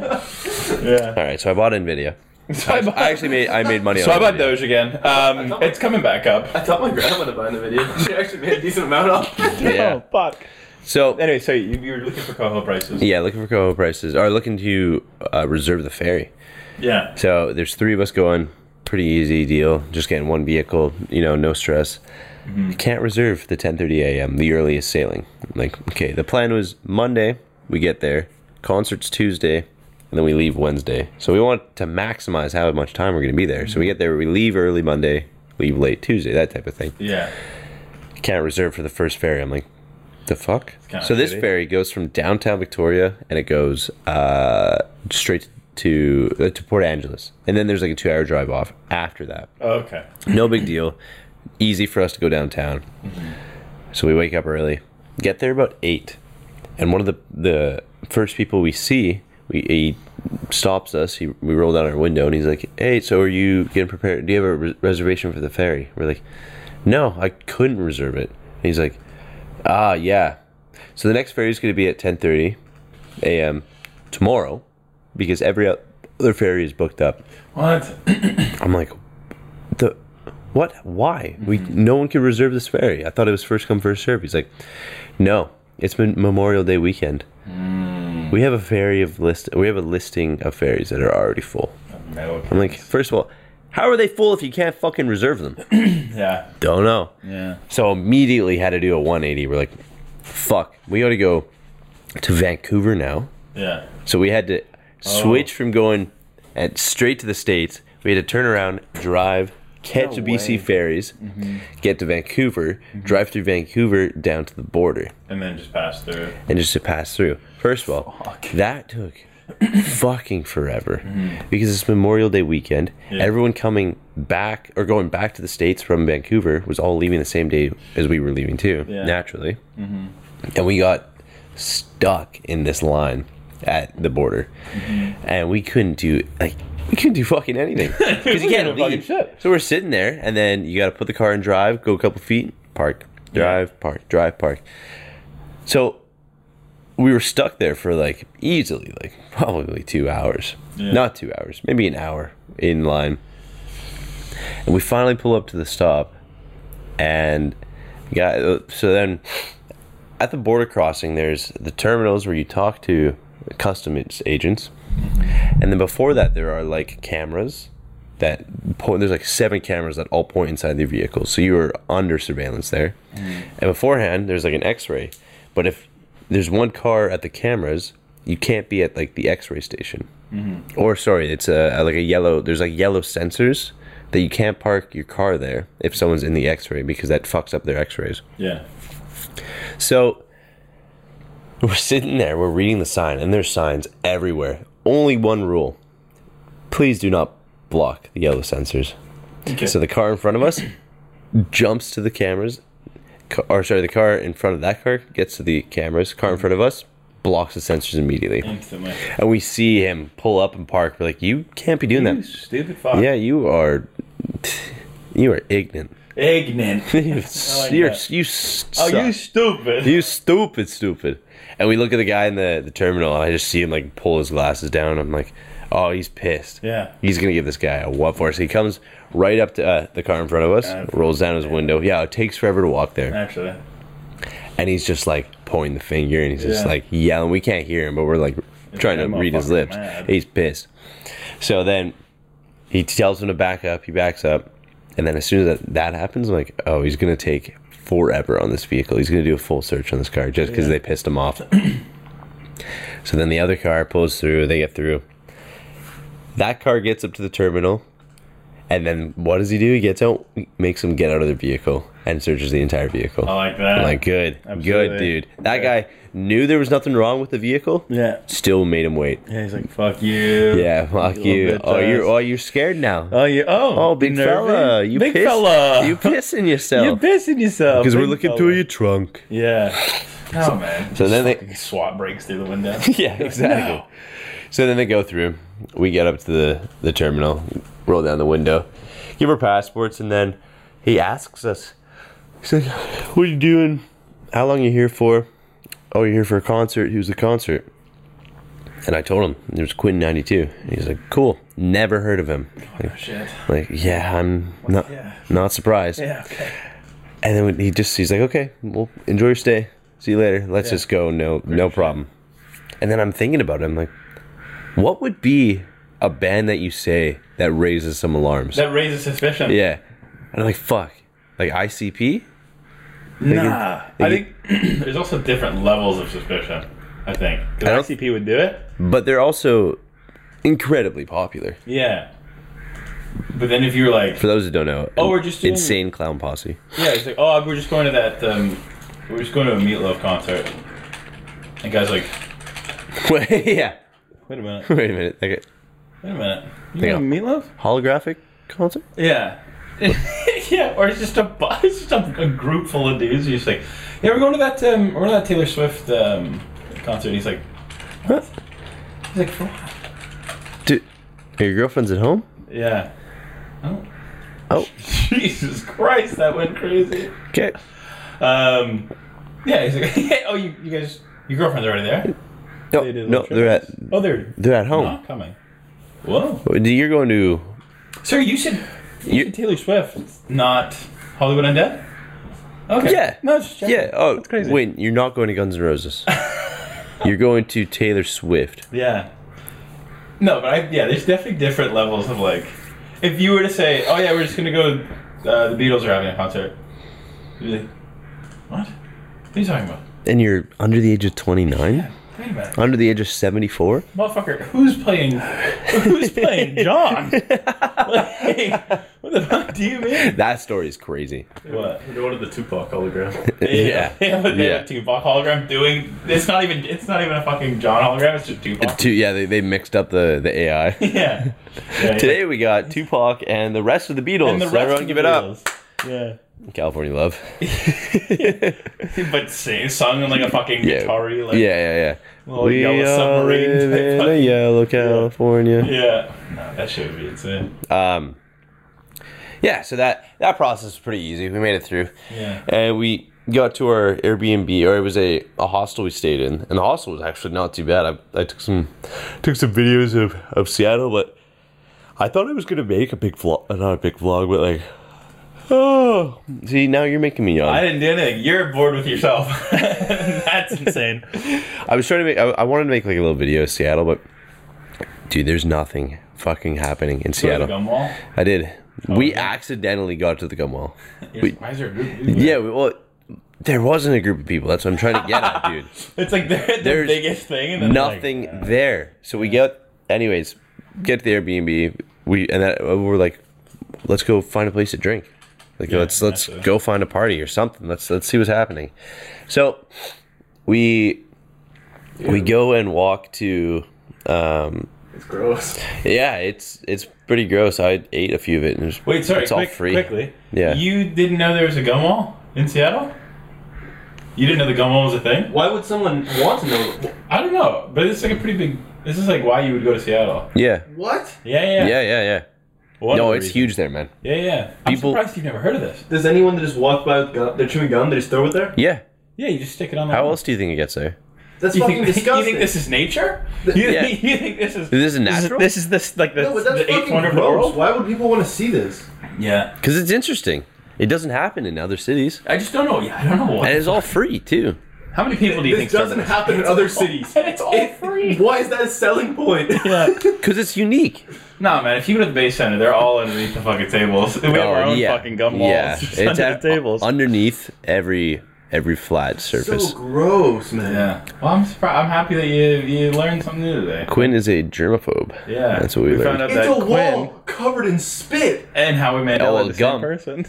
Yeah.
All right, so I bought Nvidia.
So I
I
bought,
actually made I made money.
so
on
I bought
Nvidia.
Doge again. Um, it's coming back up.
I thought my grandma would buy in the video. She actually made a decent amount off. it.
Yeah.
Oh, fuck.
So
Anyway, so you, you were looking for coho prices.
yeah, looking for Coho prices or looking to uh, reserve the ferry.
Yeah.
So there's three of us going. Pretty easy deal. Just getting one vehicle. You know, no stress. Can't reserve the 10:30 a.m. the earliest sailing. I'm like, okay, the plan was Monday. We get there. Concerts Tuesday. And then we leave Wednesday. So we want to maximize how much time we're going to be there. So we get there, we leave early Monday, leave late Tuesday, that type of thing.
Yeah.
can't reserve for the first ferry. I'm like, the fuck?
kinda
So this
shitty.
ferry goes from downtown Victoria and it goes uh, straight to uh, to Port Angeles, and then there's like a two hour drive off after that.
Okay.
No big deal. Easy for us to go downtown. So we wake up early, get there about eight, and one of the the first people we see, we he stops us. He, we roll down our window, and he's like, "Hey, so are you getting prepared? Do you have a res- reservation for the ferry?" We're like, "No, I couldn't reserve it." And he's like, "Ah, yeah. So the next ferry is going to be at ten thirty a.m. tomorrow, because every other ferry is booked up."
What?
I'm like, the what? Why? We no one could reserve this ferry. I thought it was first come first serve. He's like, no, it's been Memorial Day weekend. We have a ferry of list. We have a listing of ferries that are already full.
Metal.
I'm like, first of all, how are they full if you can't fucking reserve them?
Yeah.
Don't know.
Yeah.
So immediately had to do a 180. We're like, fuck, we got to go to Vancouver now.
Yeah.
So we had to switch from going at straight to the states. We had to turn around, drive, catch
No
BC
way.
ferries, get to Vancouver, drive through Vancouver down to the border,
And then just pass through.
and just to pass through. First of all, that took fucking forever because it's Memorial Day weekend.
Yeah.
Everyone coming back or going back to the states from Vancouver was all leaving the same day as we were leaving too,
Yeah.
naturally, and we got stuck in this line at the border, and we couldn't do like. We couldn't do fucking anything because you
Mm-hmm. We
can't
couldn't do fucking
leave.
shit.
So we're sitting there, and then you got to put the car in drive, go a couple feet, park, drive, park, drive, park. So we were stuck there for like easily like probably two hours
Yeah.
not two hours maybe an hour in line and we finally pull up to the stop and got so then at the border crossing there's the terminals where you talk to customs agents and then before that there are like cameras that point there's like seven cameras that all point inside the vehicle so you are under surveillance there and beforehand there's like an x-ray but if there's one car at the cameras you can't be at like the x-ray station or sorry it's a, like a yellow there's like yellow sensors that you can't park your car there if someone's in the x-ray because that fucks up their x-rays
Yeah.
so we're sitting there, we're reading the sign, and there's signs everywhere. Only one rule please do not block the yellow sensors.
Okay.
So the car in front of us jumps to the cameras, ca- or sorry, the car in front of that car gets to the cameras, car in front of us blocks the sensors immediately.
Instantly.
And we see him pull up and park. We're like, you can't be doing
You
that.
stupid fuck.
Yeah, you are. You are ignorant.
Ignorant.
You're, you're,
that.
you suck.
Oh, you stupid.
You stupid, stupid. And we look at the guy in the, the terminal, and I just see him like pull his glasses down. I'm like, oh, he's pissed.
Yeah.
He's gonna give this guy a what for? So he comes right up to uh, the car in front of us,
Uh,
rolls down his window. Yeah, it takes forever to walk there,
Actually.
and he's just like pointing the finger, and he's just
Yeah.
like yelling. We can't hear him, but we're like trying to
that
read his
motherfucker's
lips.
mad.
He's pissed. So then he tells him to back up. He backs up, and then as soon as that, that happens, I'm like, oh, he's gonna take forever on this vehicle. He's gonna do a full search on this car just because
Yeah.
they pissed him off. so then the other car pulls through. They get through, That car gets up to the terminal, and then what does he do? He gets out, makes him get out of the vehicle, and searches the entire vehicle.
Oh, I like that.
I'm like, good, good,
Absolutely.
dude. That guy knew there was nothing wrong with the vehicle.
yeah.
Still made him wait.
Yeah, he's like, fuck you.
Yeah, fuck
You
you.
little bitch
Oh, you're
ass.
oh, you're scared now.
Oh, you. Oh,
oh, big
nervy?
fella, you
big
piss-
fella.
you pissing yourself.
You're pissing yourself.
Because we're
big
looking
fella.
through your trunk.
Yeah. Oh man.
So then they-
Fucking SWAT breaks through the window.
yeah, exactly. So then they go through. We get up to the, the terminal, roll down the window, give our passports, and then he asks us, he said, What are you doing? How long you here for? Oh, you're here for a concert. Who's the concert? And I told him it was Quinn 92. And he's like, Cool. Never heard of him.
Oh, shit.
Like, yeah, I'm not,
Yeah.
not surprised.
Yeah. Okay.
And then when he just he's like, okay, well, enjoy your stay. See you later. Let's just go. No, no problem. And then I'm thinking about it. I'm like, what would be a band that you say that raises some alarms?
That raises suspicion.
yeah. And I'm like, fuck, like ICP.
Nah. I
they
think there's also different levels of suspicion. I think. 'Cause
I don't-
ICP would do it.
But they're also incredibly popular.
Yeah. But then if you're like,
For those who don't know,
Oh, we're just doing-
insane clown posse.
yeah, it's like, oh, we're just going to that, um, we're just going to a meatloaf concert. And guys like,
Wait, yeah.
wait a minute, wait
Wait a minute. Like
a minute, you
Hang
know
on.
meatloaf?
a holographic concert.
Yeah. yeah, or it's just a bu- it's just a, a group full of dudes. You're just like, yeah, we're going to that um, we're going to that Taylor Swift um, concert. And he's like,
Huh?
he's like, "For what?"
Dude, are your girlfriend's at home?
yeah. Oh,
Oh,
Jesus Christ, that went crazy.
okay.
Um, yeah, he's like, oh, you, you guys, your girlfriend's already there.
No,
They did
no,
little
they're at
trips. Oh, they're
they're at home.
not coming. Whoa,
You're going to
sir, you said you,
You-
said Taylor Swift, not Hollywood Undead. Okay.
Yeah.
No, it's just
Yeah. Oh,
That's crazy.
Wait, you're not going to Guns N' Roses. you're going to Taylor Swift.
Yeah. No, but I yeah, there's definitely different levels of like, if you were to say, oh yeah, we're just gonna go, uh, the Beatles are having a concert. You'd be like, what? What are you talking about?
And you're under the age of 29?
Yeah. Wait a minute.
Under the age of 74?
motherfucker, who's playing? Who's playing John? like, what the fuck do you mean?
That story is crazy.
What?
They wanted the Tupac hologram.
Yeah.
yeah, but they
Yeah.
have Tupac hologram doing. It's not even. It's not even a fucking John hologram. It's just Tupac.
Two, yeah, they, they mixed up the, the AI.
yeah. yeah
Today we got Tupac and the rest of the Beatles.
and the
So
rest
Everyone
of
give
the
it up.
Beatles.
California Love.
Yeah. But sing, sung in like a fucking
Yeah.
guitar like
yeah, yeah, yeah.
Little yellow submarine
live
type
in a
fucking-
yellow California.
Yeah. No, that shit would be insane.
Um, yeah, so that, that process was pretty easy. We made it through.
Yeah.
and we got to our Airbnb, or it was a, a hostel we stayed in, and the hostel was actually not too bad. I, I took some took some videos of, of Seattle, but I thought I was gonna make a big vlog, not a big vlog, but like, oh, see now you're making me yawn.
I
I,
didn't do anything. You're bored with yourself. That's insane.
was trying to make, I, I wanted to make like a little video of Seattle, but dude, there's nothing fucking happening in Seattle.
Gumwall.
I did.
Oh,
we accidentally got to the Gumwell. We-
Why is there a group? of dudes?
Yeah, we- well, there wasn't a group of people. That's what I'm trying to get at, dude.
It's like they're the
There's
biggest thing. And then
nothing there. So we get, anyways, get to the Airbnb. We and that we were like, let's go find a place to drink. Like let's let's
absolutely.
go find a party or something. Let's let's see what's happening. So we we go and walk to. Um,
It's gross.
yeah, it's it's pretty gross. I ate a few of it and it was,
Wait, sorry.
it's
quick,
all free.
Quickly.
Yeah.
You didn't know there was a gun wall in Seattle? You didn't know the gun wall was a thing?
Why would someone want to know?
I don't know, but it's like a pretty big. This is like why you would go to Seattle.
Yeah,
What?
Yeah, yeah.
yeah, yeah, yeah.
One
no,
of the
it's
reasons.
huge there, man.
Yeah, yeah. I'm
People-
surprised you've never heard of this.
Does anyone that just walk by with gum, they're chewing gum, they just throw it there?
Yeah.
Yeah, you just stick it on the.
How
wall.
else do you think it gets there?
That's
You
fucking
think, you
disgusting.
think this is nature? You,
Yeah.
think, you think this is.
This is natural?
This is, this like the,
no, but that's
the eighth
fucking
wonder
gross.
of the world?
Why would people want to see this?
Yeah.
Because it's interesting. It doesn't happen in other cities,
I just don't know. Yeah, I don't know
and
why.
it's all free too.
How many people do you think
This doesn't
started
happen in other cities.
this? And it's all free.
Why is that a selling point?
Yeah.
Because it's unique.
Nah, man. If you go to the base center, they're all underneath the fucking tables. We have our
Oh,
own fucking gum walls.
Yeah,
just under
at-
the tables.
underneath every every flat surface.
So gross, man.
Yeah. Well, I'm surprised. I'm happy that you you learned something new today.
Quinn is a germaphobe.
Yeah.
That's what we,
we
learned.
found out
It's
that
a
Quinn
wall covered in spit.
and Howie Mandel
Oh,
are the
gum.
same person.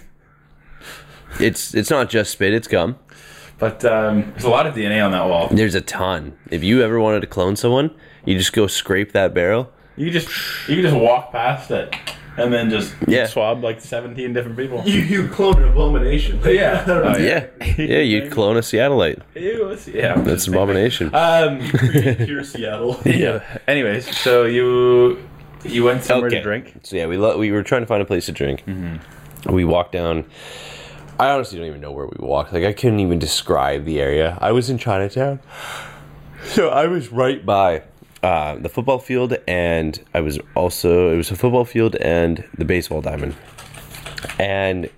It's it's not just spit, it's gum.
But um, there's a lot of DNA on that wall.
There's a ton. If you ever wanted to clone someone, you just go scrape that barrel.
You just you can just walk past it and then just
Yeah.
swab like 17 different people.
You you cloned an abomination.
Yeah.
I don't know.
Oh,
Yeah. Yeah, you'd clone a Seattleite.
Ew, that's- yeah. I'm
That's
just
an abomination.
thinking. Um.
Pure Seattle.
yeah. Anyways, so you you went somewhere
Okay.
to drink. Mm-hmm.
So yeah, we lo- we were trying to find a place to drink. We walked down. I honestly don't even know where we walked. Like I couldn't even describe the area. I was in Chinatown, so I was right by uh, the football field, and I was also it was a football field and the baseball diamond, and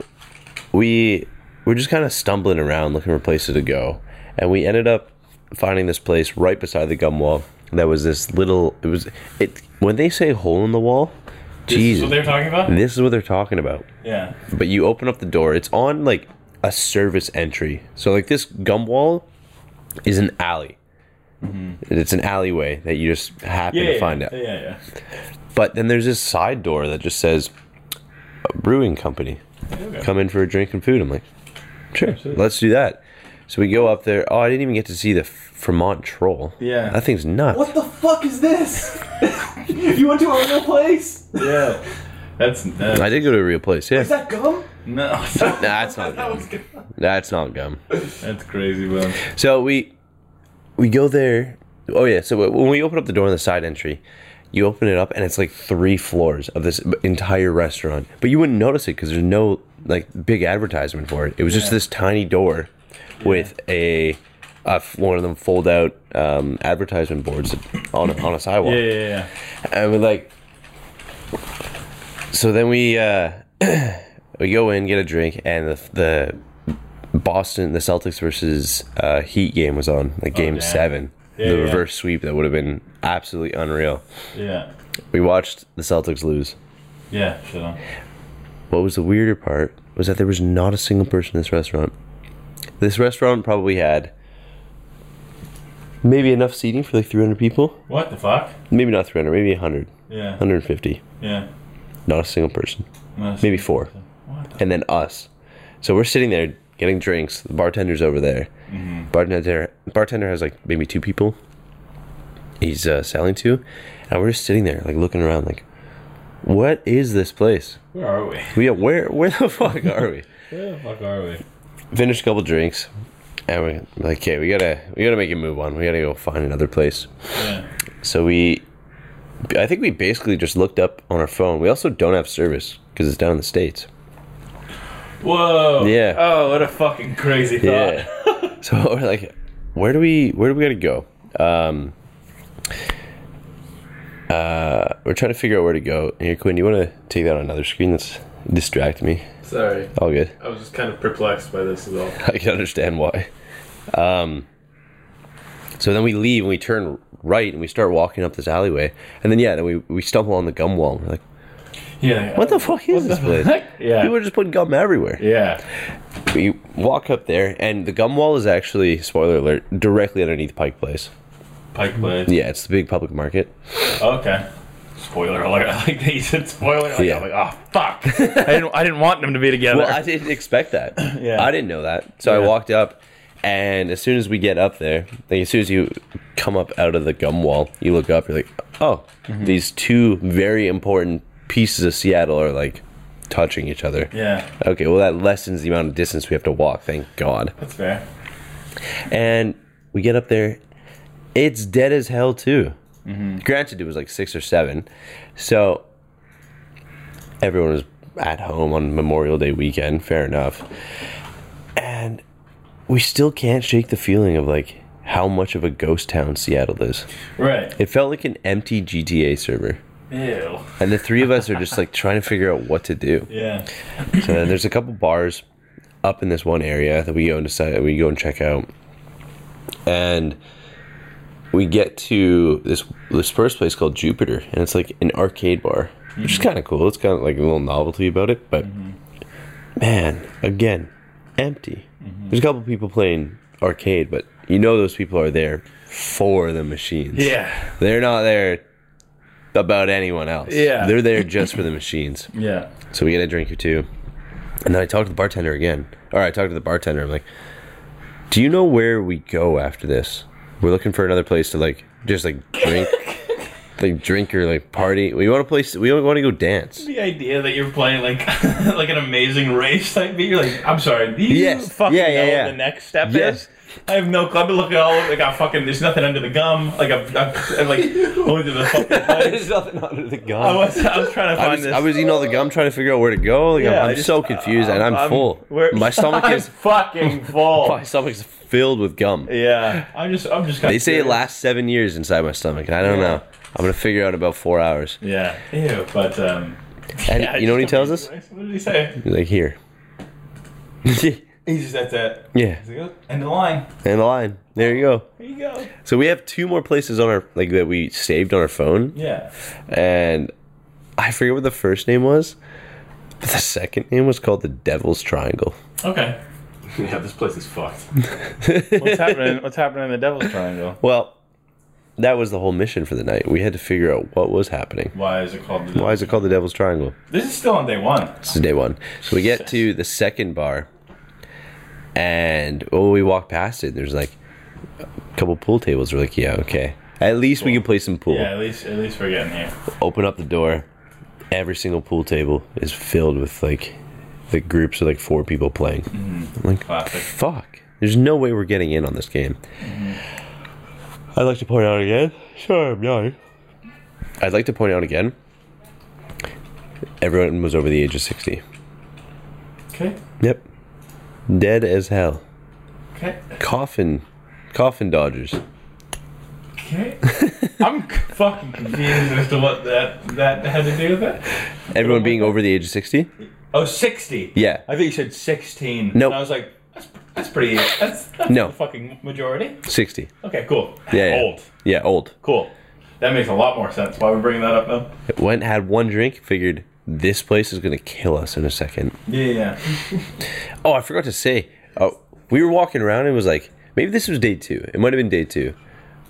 we were just kind of stumbling around looking for places to go, and we ended up finding this place right beside the gum wall. That was this little. It was it when they say hole in the wall.
This is
Jesus,
what they're talking about?
this is what they're talking about.
Yeah.
But you open up the door, it's on like a service entry. So like this gum wall is an alley. It's an alleyway that you just happen
Mm-hmm. Yeah.
to
yeah,
find
yeah,
out.
Yeah, yeah.
But then there's this side door that just says "A brewing company.
Okay.
Come in for a drink and food. I'm like, sure, let's do that. So we go up there. Oh, I didn't even get to see the Vermont Troll.
Yeah.
That thing's nuts.
What the fuck is this? you went to a real place?
Yeah. That's uh,
I did go to a real place. Yeah.
Is that gum?
no.
That's not gum. That's not gum.
That's crazy, Will.
So we we go there. Oh yeah. So when we open up the door on the side entry, you open it up and it's like three floors of this entire restaurant. But you wouldn't notice it because there's no like big advertisement for it. It was just
Yeah.
this tiny door with a, a f- one of them fold out um, advertisement boards on a- on a sidewalk.
Yeah, yeah, yeah.
And we're like, so then we uh, we go in, get a drink, and the, the Boston, the Celtics versus uh, Heat game was on, like Game
Oh, damn.
Seven,
Yeah,
the
yeah.
reverse sweep that would have been absolutely unreal.
Yeah.
We watched the Celtics lose.
Yeah, shut on.
What was the weirder part was that there was not a single person in this restaurant. This restaurant probably had maybe enough seating for like 300 people.
What the fuck?
Maybe not 300, maybe 100,
Yeah.
150.
Yeah.
Not a single person.
Well,
Maybe four.
What the
and then us. So we're sitting there getting drinks. The bartender's over there.
Mm-hmm.
Bartender bartender has like maybe two people. He's uh, selling to, and we're just sitting there like looking around like, what is this place?
Where are we?
We where where the fuck are we?
Where the fuck are we?
Finished a couple drinks, and we're like, okay, we gotta we gotta make a move on. We gotta go find another place.
Yeah.
So we, I think we basically just looked up on our phone. We also don't have service because it's down in the states.
Whoa.
Yeah.
Oh, what a fucking crazy thought.
Yeah. so we're like, where do we where do we gotta go? Um, uh, we're trying to figure out where to go. Here, Quinn, you want to take that on another screen? That's distract me.
Sorry.
All good.
I was just kind of perplexed by this as well.
I can understand why. Um, so then we leave and we turn right and we start walking up this alleyway. And then yeah, then we we stumble on the gum wall. And we're like,
Yeah.
what the fuck is this place?
Yeah.
People are just putting gum everywhere.
Yeah.
But you walk up there, and the gum wall is actually, spoiler alert, directly underneath Pike Place.
Pike Blade.
Yeah, it's the big public market.
Okay. Spoiler alert! I like that you said spoiler. Alert.
Yeah.
I'm like, oh fuck! I didn't. I didn't want them to be together.
Well, I didn't expect that.
Yeah.
I didn't know that. So I
Yeah.
walked up, and as soon as we get up there, like as soon as you come up out of the gum wall, you look up, you're like, oh,
Mm-hmm.
these two very important pieces of Seattle are like touching each other.
yeah,
Okay, well, that lessens the amount of distance we have to walk, thank God.
that's fair.
And we get up there, it's dead as hell, too. Granted, it was like six or seven. So everyone was at home on Memorial Day weekend, fair enough. And we still can't shake the feeling of like how much of a ghost town Seattle is.
Right.
It felt like an empty GTA server.
Ew.
And the three of us are just like trying to figure out what to do.
Yeah.
So then Uh, there's a couple bars up in this one area that we go and decide we go and check out. And we get to this this first place called Jupiter, and it's like an arcade bar,
Mm-hmm. Mm-hmm.
which is kind of cool. It's kind of like a little novelty about it, but man, again, empty. There's a couple people playing arcade, but you know those people are there for the machines.
Yeah.
They're not there about anyone else.
Yeah.
They're there just for the machines.
Yeah.
So we get a drink or two. And then I talk to the bartender again. Or I talk to the bartender. I'm like, do you know where we go after this? We're looking for another place to like just like drink. like drink or like party. We want a place we want to go dance.
The idea that you're playing like like an amazing race type beat, you're like, I'm sorry, do you
Yes.
fucking
Yeah, yeah,
know
yeah.
what the next step
Yes.
is? I have no clue. I've been looking all over. Like, I fucking, there's nothing under the gum. Like, I'm, I'm, I'm like, going to the fucking place.
There's nothing under the gun.
I was, I was trying to
I
find
was,
this.
I was eating all the gum trying to figure out where to go. Like, I'm-
Yeah,
I'm,
I just-
so confused and I'm,
I'm-
full.
where-
My stomach
I'm
is
fucking full.
my stomach's filled with gum.
yeah, I'm just, I'm just.
They say it lasts seven years inside my stomach, and I don't know. I'm gonna figure out in about four hours.
Yeah, ew, but um.
And
yeah,
you know what he
just-
tells us?
What did he say?
He's like, here.
He just that's it.
yeah,
He's like, "Oh, End of the line.
and the line. There you go.
Here you go.
So we have two more places on our like that we saved on our phone,
Yeah.
and I forget what the first name was, but the second name was called the Devil's Triangle.
Okay.
yeah, this place is fucked.
What's happening? What's happening in the Devil's Triangle?
Well, that was the whole mission for the night. We had to figure out what was happening.
Why is it called the?
Why is it called the Devil's Triangle?
This is still on day one.
This is day one. So we get to the second bar, and oh, we walk past it. There's like a couple pool tables. We're like, yeah, okay. At least we can play some pool.
Yeah, at least at least we're getting here.
Open up the door. Every single pool table is filled with like the groups of like four people playing. I'm like,
Classic.
fuck. There's no way we're getting in on this game. I'd like to point out again. Sure, I'm young. I'd like to point out again. Everyone was over the age of 60.
Okay.
Yep. Dead as hell.
Okay.
Coffin. Coffin Dodgers.
Okay. I'm c- fucking confused as to what that that had to do with it.
Everyone being over the age of 60?
Oh, 60.
Yeah.
I think you said 16.
Nope.
And I was like, that's, that's pretty. That's, that's
No.
the fucking majority.
60.
Okay, cool.
Yeah, yeah.
Old.
Yeah, old.
Cool. That makes a lot more sense. Why we bringing that up now?
Went, had one drink, figured this place is going to kill us in a second.
Yeah, yeah.
Oh, I forgot to say. Oh, we were walking around and it was like, maybe this was day two. It might have been day two.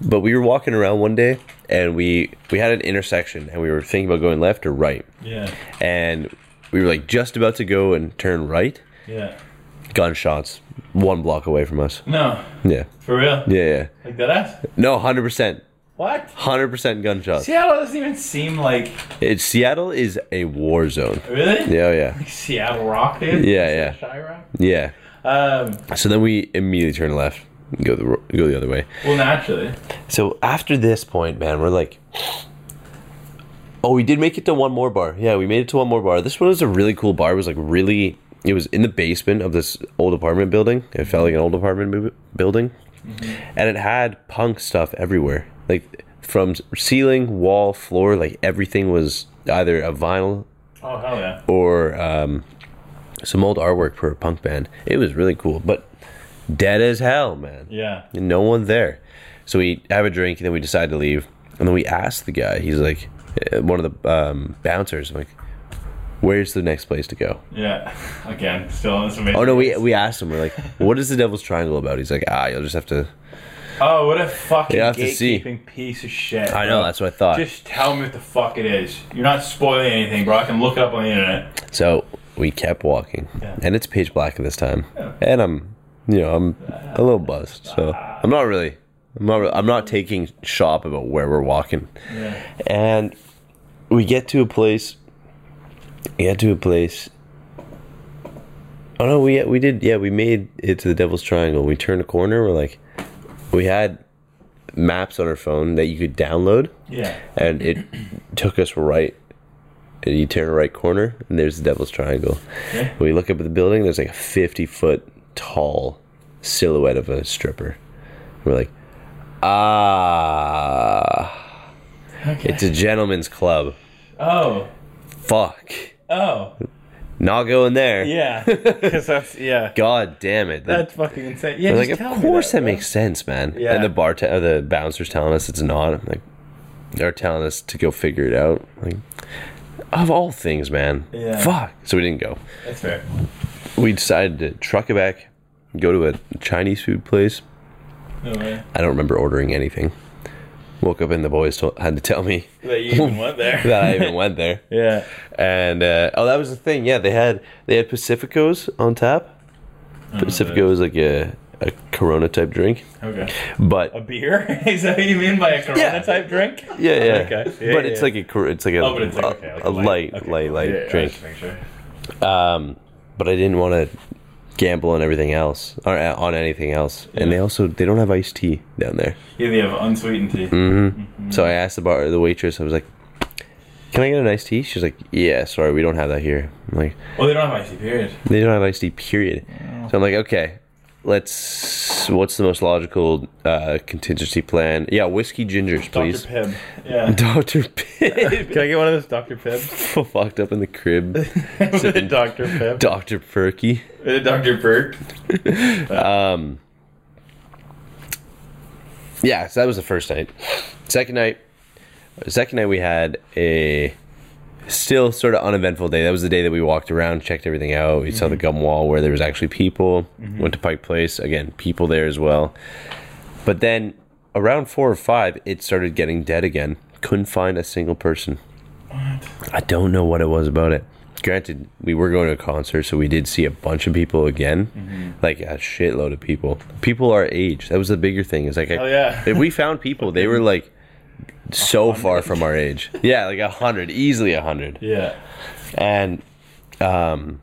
But we were walking around one day and we we had an intersection and we were thinking about going left or right.
Yeah.
And we were like just about to go and turn right.
Yeah.
Gunshots one block away from us.
No.
Yeah.
For real?
Yeah, yeah.
Like that ass?
No, hundred percent,
What?
hundred percent gunshots.
Seattle doesn't even seem like.
It's Seattle is a war zone.
Really?
Yeah, oh, yeah,
Seattle rock, dude?
Yeah,
Shy rock?
yeah.
Um,
So then we immediately turn left, and go the ro- go the other way.
well, naturally.
So after this point, man, we're like, oh, we did make it to one more bar. Yeah, we made it to one more bar. This one was a really cool bar. It was like really. It was in the basement of this old apartment building. It felt like an old apartment bu- building, and it had punk stuff everywhere, like from ceiling, wall, floor. Like everything was either a vinyl
Oh, hell yeah.
or um, some old artwork for a punk band. It was really cool, but dead as hell, man.
Yeah.
And no one there. So we have a drink, and then we decide to leave. And then we ask the guy. He's like, uh, one of the um, bouncers. I'm like, where's the next place to go?
Yeah. Again, still on this amazing.
Oh no, we we asked him. We're like, what is the Devil's Triangle about? He's like, ah, you'll just have to.
Oh, what a fucking
You have to see.
gatekeeping piece of shit.
I know. That's what I thought.
Just tell me what the fuck it is. You're not spoiling anything, bro. I can look it up on the internet.
So we kept walking,
Yeah.
and it's pitch black at this time, and I'm, you know, I'm a little buzzed, so I'm not really, I'm not, re- I'm not taking shop about where we're walking,
Yeah.
and we get to a place, we get to a place. Oh no, we we did yeah we made it to the Devil's Triangle. We turned a corner. We're like, we had maps on our phone that you could download
Yeah.
and it took us right. And you turn a right corner, and there's the Devil's Triangle.
Okay.
We look up at the building. There's like a 50 foot tall silhouette of a stripper. We're like, ah,
Okay.
it's a gentleman's club.
Oh.
Fuck,
Oh.
not going there.
Yeah. Because that's yeah.
God damn it. That-
That's fucking insane. Yeah.
I
Just
was like,
tell
of
me
course that,
bro.
makes sense, man.
Yeah.
And the bar, or the bouncers telling us it's not. I'm like, they're telling us to go figure it out. Like, of all things, man.
Yeah.
Fuck. So we didn't go.
That's fair.
we decided to truck it back, go to a Chinese food place.
No way.
I don't remember ordering anything. Woke up and the boys told, had to tell me
That you even went there.
that I even went there.
yeah.
And uh, oh, that was the thing. Yeah, they had they had Pacificos on tap.
Oh,
Pacifico is like a, a Corona type drink,
Okay.
but
A beer? Is that what you mean by a Corona
Yeah.
type drink?
yeah, yeah.
Okay. Yeah,
but
yeah,
it's
yeah.
like a cor- it's like a,
Oh, but it's like,
a,
okay, like
a light,
okay,
light,
cool.
light
Yeah, yeah,
drink.
just make sure.
Um, but I didn't want to gamble on everything else or uh, on anything else. And they also they don't have iced tea down there.
Yeah, they have unsweetened tea.
Mm. So I asked the bar the waitress. I was like, "Can I get an iced tea?" She's like, "Yeah, sorry, we don't have that here." I'm like,
Well, they don't have icy period.
"They don't have iced tea, period." So I'm like, "Okay, let's. What's the most logical uh, contingency plan? Yeah, whiskey gingers, please."
Dr. Pibb. Yeah.
Doctor Pibb,
Can I get one of those Dr. Pibb?
fucked up in the crib.
With a Dr. Pibb.
Doctor Perky.
With a Dr. Burke.
Um, yeah, so that was the first night. Second night, second night we had a still sort of uneventful day. That was the day that we walked around, checked everything out. We saw
Mm-hmm.
the gum wall where there was actually people. Went to Pike Place again, people there as well. But then around four or five, it started getting dead again. Couldn't find a single person. I don't know what it was about it. Granted, we were going to a concert, so we did see a bunch of people again,
Mm-hmm.
like a shitload of people. People our age. That was the bigger thing. Is like, I,
Oh, yeah.
if we found people, they were like so far from our age. Yeah, like a hundred, easily a hundred.
Yeah.
And um,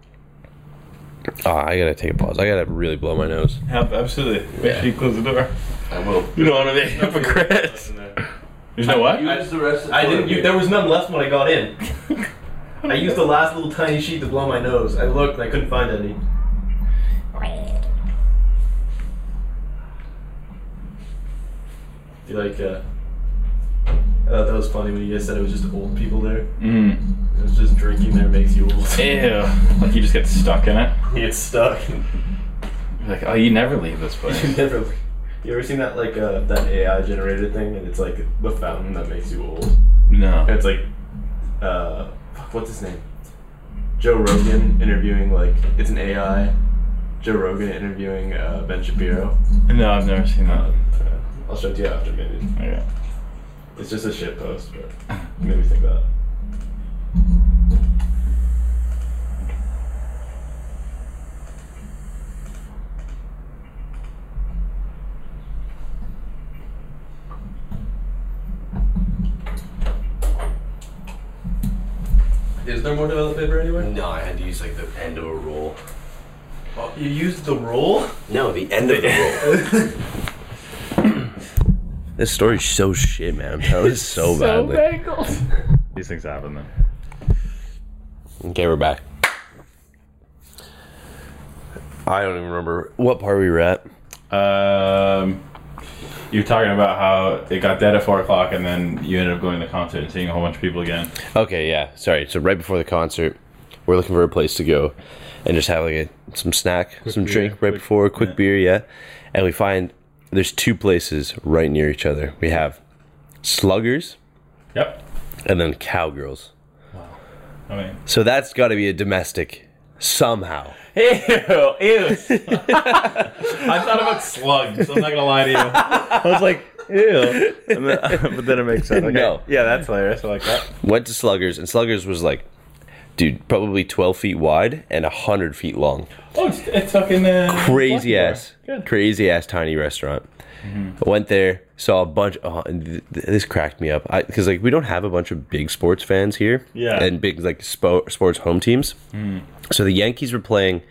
oh, I gotta take a pause. I gotta really blow my nose.
Ab- Absolutely. Make sure you close the door.
I will.
You don't want to be a hypocrite. There's no what?
You used the rest of the
I didn't. You,
toilet
there was none left when I got in. I used the last little tiny sheet to blow my nose. I looked and I couldn't find any. You like? Uh, I thought that was funny when you guys said it was just old people there.
Mm.
It was just drinking there makes you old.
Ew. Like you just get stuck in it.
You get stuck.
You're like, oh, you never leave this place.
you never. You ever seen that like uh, that AI generated thing? And it's like the fountain that makes you old. And
No.
it's like, uh, fuck, what's his name? Joe Rogan interviewing like it's an AI. Joe Rogan interviewing uh, Ben Shapiro.
No, I've never seen that.
Uh, I'll show it to you after maybe.
Okay.
It's just a shit post, but it made me think that.
paper. Is there more toilet paper anywhere?
No, I had to use like the end of a roll.
Oh, you used the roll?
No, the end of the roll. this story's so shit, man. I'm telling you so, badly.
These things happen then.
Okay, we're back. I don't even remember what part we were at.
Um, you're talking about how it got dead at four o'clock, and then you ended up going to the concert and seeing a whole bunch of people again.
Okay, yeah, sorry. So right before the concert, we're looking for a place to go, and just have like a, some snack, some drink right before, a quick beer, yeah. And we find there's two places right near each other. We have Sluggers
Yep.
and then Cowgirls.
I mean,
So that's got to be a domestic somehow.
ew, ew. I thought about slugs. I'm not gonna lie to you. I was like, ew. And then- but then it makes sense. Okay.
No.
Yeah, that's hilarious. I like that.
Went to Sluggers, and Sluggers was like, dude, probably 12 feet wide and 100 feet long.
Oh, it's, it's fucking uh,
crazy
Lucky Bar.
ass,
Good. Mm-hmm.
crazy ass tiny restaurant. Went there, saw a bunch. Oh, and th- th- this cracked me up because like we don't have a bunch of big sports fans here,
Yeah. Mm.
and big like spo- sports home teams. So the Yankees were playing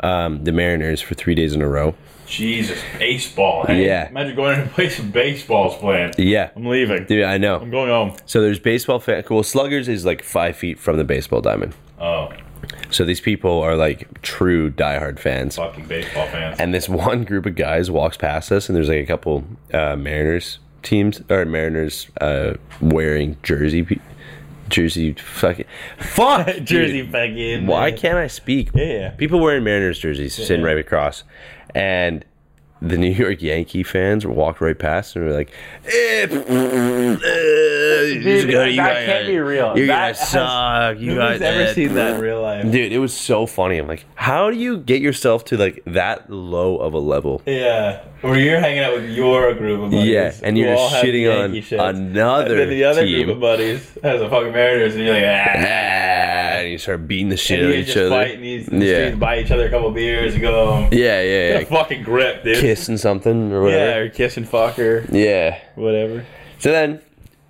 um, the Mariners for three days in a row.
Jesus, baseball. Hey?
Yeah.
Imagine going to a place and baseball's playing.
Yeah,
I'm leaving.
dude, I know.
I'm going home.
So there's baseball fan. Well, Sluggers is like five feet from the baseball diamond.
Oh,
So these people are like true diehard fans.
fucking baseball fans.
and this one group of guys walks past us and there's like a couple uh, mariners teams or mariners uh, wearing jersey pe- jersey fucking fuck dude.
fucking.
why can't i speak
Yeah, yeah.
people wearing mariners jerseys sitting
yeah.
right across and the New York Yankee fans walked right past and were like, eh, Dude,
Dude, that can't be real.
You
That
guys
has-
suck. You guys
Nobody's ever seen that in real life.
Dude, it was so funny. I'm like, how do you get yourself to like that low of a level?
Yeah, where you're hanging out with your group of buddies.
Yeah, and
who
you're
all have
shitting on
Yankee shirts.
another
And then the other
team.
group of buddies has a fucking Mariners, and you're like, ah.
and you start beating the shit
And
out of
you
each
just
other.
fight, and you
Yeah.
yeah. buy each other a couple beers and go home.
yeah, yeah,
Get a
yeah.
fucking grip, dude.
Kissing something or
Yeah,
whatever.
or kiss and fuck or
Yeah.
whatever.
So then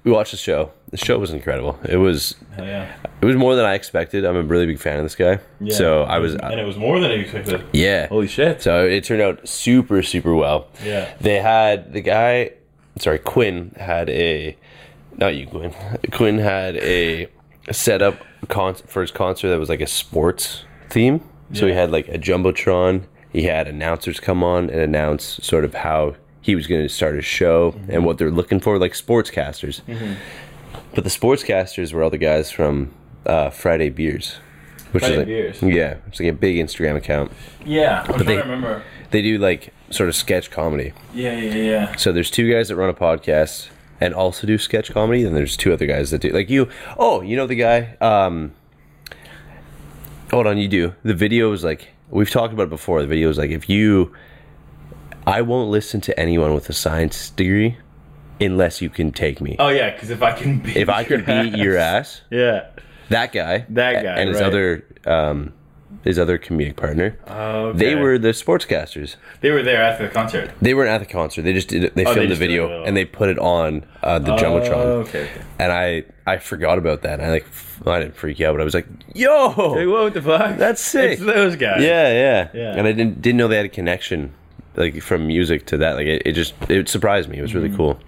we watched the show. The show was incredible. It was
Hell yeah.
it was more than I expected. I'm a really big fan of this guy.
Yeah.
So I was
and it was more than I expected.
yeah.
Holy shit.
So it turned out super, super well.
Yeah.
They had the guy, sorry, Quinn had a, not you, Quinn. Quinn had a setup con- for his concert that was like a sports theme. So he
Yeah.
had like a jumbotron. He had announcers come on and announce sort of how he was going to start his show
Mm-hmm.
and what they're looking for, like sportscasters. But the sportscasters were all the guys from uh, Friday Beers. Which
Friday
is like,
Beers.
Yeah, it's like a big Instagram account
Yeah, I'm trying
they-
to remember.
they do like sort of sketch comedy.
Yeah, yeah, yeah.
So there's two guys that run a podcast and also do sketch comedy, and there's two other guys that do like you. Oh, you know the guy. Um, hold on, you do the video is like we've talked about it before. The video is like if you, I won't listen to anyone with a science degree unless you can take me.
Oh yeah, because if I can beat
if I can beat your ass,
yeah.
that guy,
That
a-
guy,
and his
right.
other, um, his other comedic partner,
Okay.
they were the sportscasters.
they were there after the concert.
They weren't at the concert. They just did. It, they
Oh, they
filmed the
just did it
video
all.
and they put it on uh, the jumbotron.
okay, okay.
And I I forgot about that. And I like f- I didn't freak out, but I was like, yo,
Hey, what the fuck?
that's sick.
it's those guys.
yeah, yeah,
Yeah.
And I didn't didn't know they had a connection like from music to that. Like it, it just it surprised me. It was really
Mm-hmm.
cool.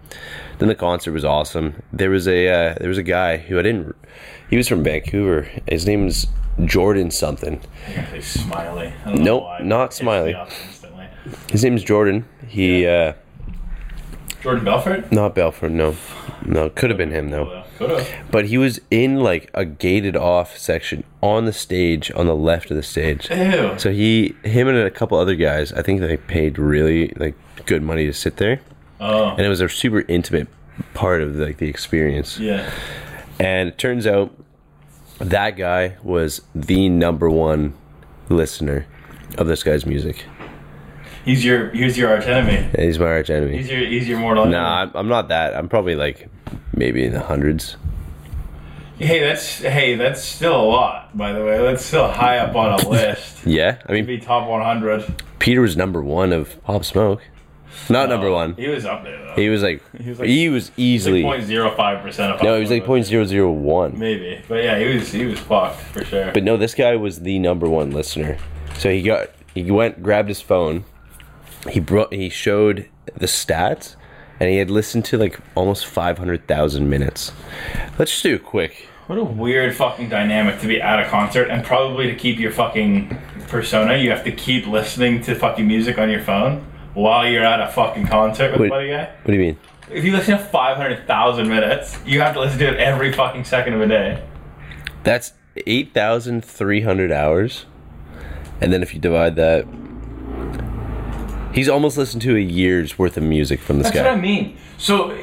Then the concert was awesome. There was a uh, there was a guy who I didn't. He was from Vancouver. His name is Jordan something.
They smiley. I don't know
Nope,
why.
not
It's
Smiley.
the opposite instantly.
His name is Jordan. He uh,
Jordan Belfort.
not Belford. No, no, could have been him though.
Coulda.
But he was in like a gated off section on the stage, on the left of the stage.
Ew.
So he, him, and a couple other guys, I think they paid really like good money to sit there,
Oh.
and it was a super intimate part of like the experience.
Yeah.
And it turns out that guy was the number one listener of this guy's music.
He's your he's your arch enemy.
And he's my arch enemy.
He's your he's your mortal enemy.
Nah, I'm- I'm not that. I'm probably like maybe in the hundreds.
Hey, that's hey, that's still a lot. By the way, that's still high up on a list.
Yeah, I mean
Be top 100.
Peter was number one of Pop Smoke, not number one.
He was up there though.
He was like, he was,
was like-
easily.
Like 0.05 percent of.
no, he was like point zero zero one.
Maybe, but yeah, he was he was fucked for sure.
But no, this guy was the number one listener. So he got he went grabbed his phone. He brought he showed the stats, and he had listened to like almost five hundred thousand minutes. Let's just do it quick.
what a weird fucking dynamic to be at a concert and probably to keep your fucking persona, you have to keep listening to fucking music on your phone while you're at a fucking concert with
Wait.
buddy guy.
What do you mean?
If you listen to 500,000 minutes, you have to listen to it every fucking second of a day.
That's eight thousand three hundred hours, and then if you divide that. He's almost listened to a year's worth of music from this
That's
guy.
what I mean. So,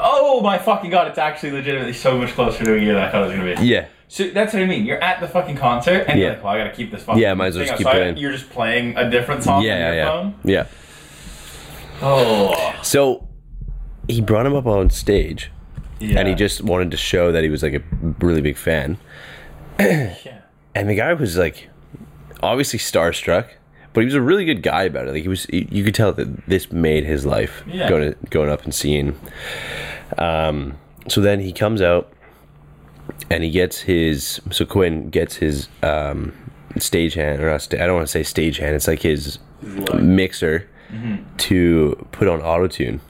oh my fucking god, it's actually legitimately so much closer to a year than I thought it was gonna be.
Yeah.
So that's what I mean. You're at the fucking concert, and you're
Yeah.
like, "Well, I gotta keep this fucking
Yeah, might as well
thing
just keep
outside."
playing.
You're just playing a different song on
Yeah,
your
yeah,
phone.
yeah.
Oh,
So he brought him up on stage
yeah.
and he just wanted to show that he was like a really big fan.
Yeah.
And the guy was like obviously starstruck, but he was a really good guy about it. Like he was you you could tell that this made his life
Yeah.
going to, going up and seeing. Um so then he comes out and he gets his so Quinn gets his um stagehand or not sta- I don't want to say stagehand, it's like his mixer
Mm-hmm.
to put on autotune.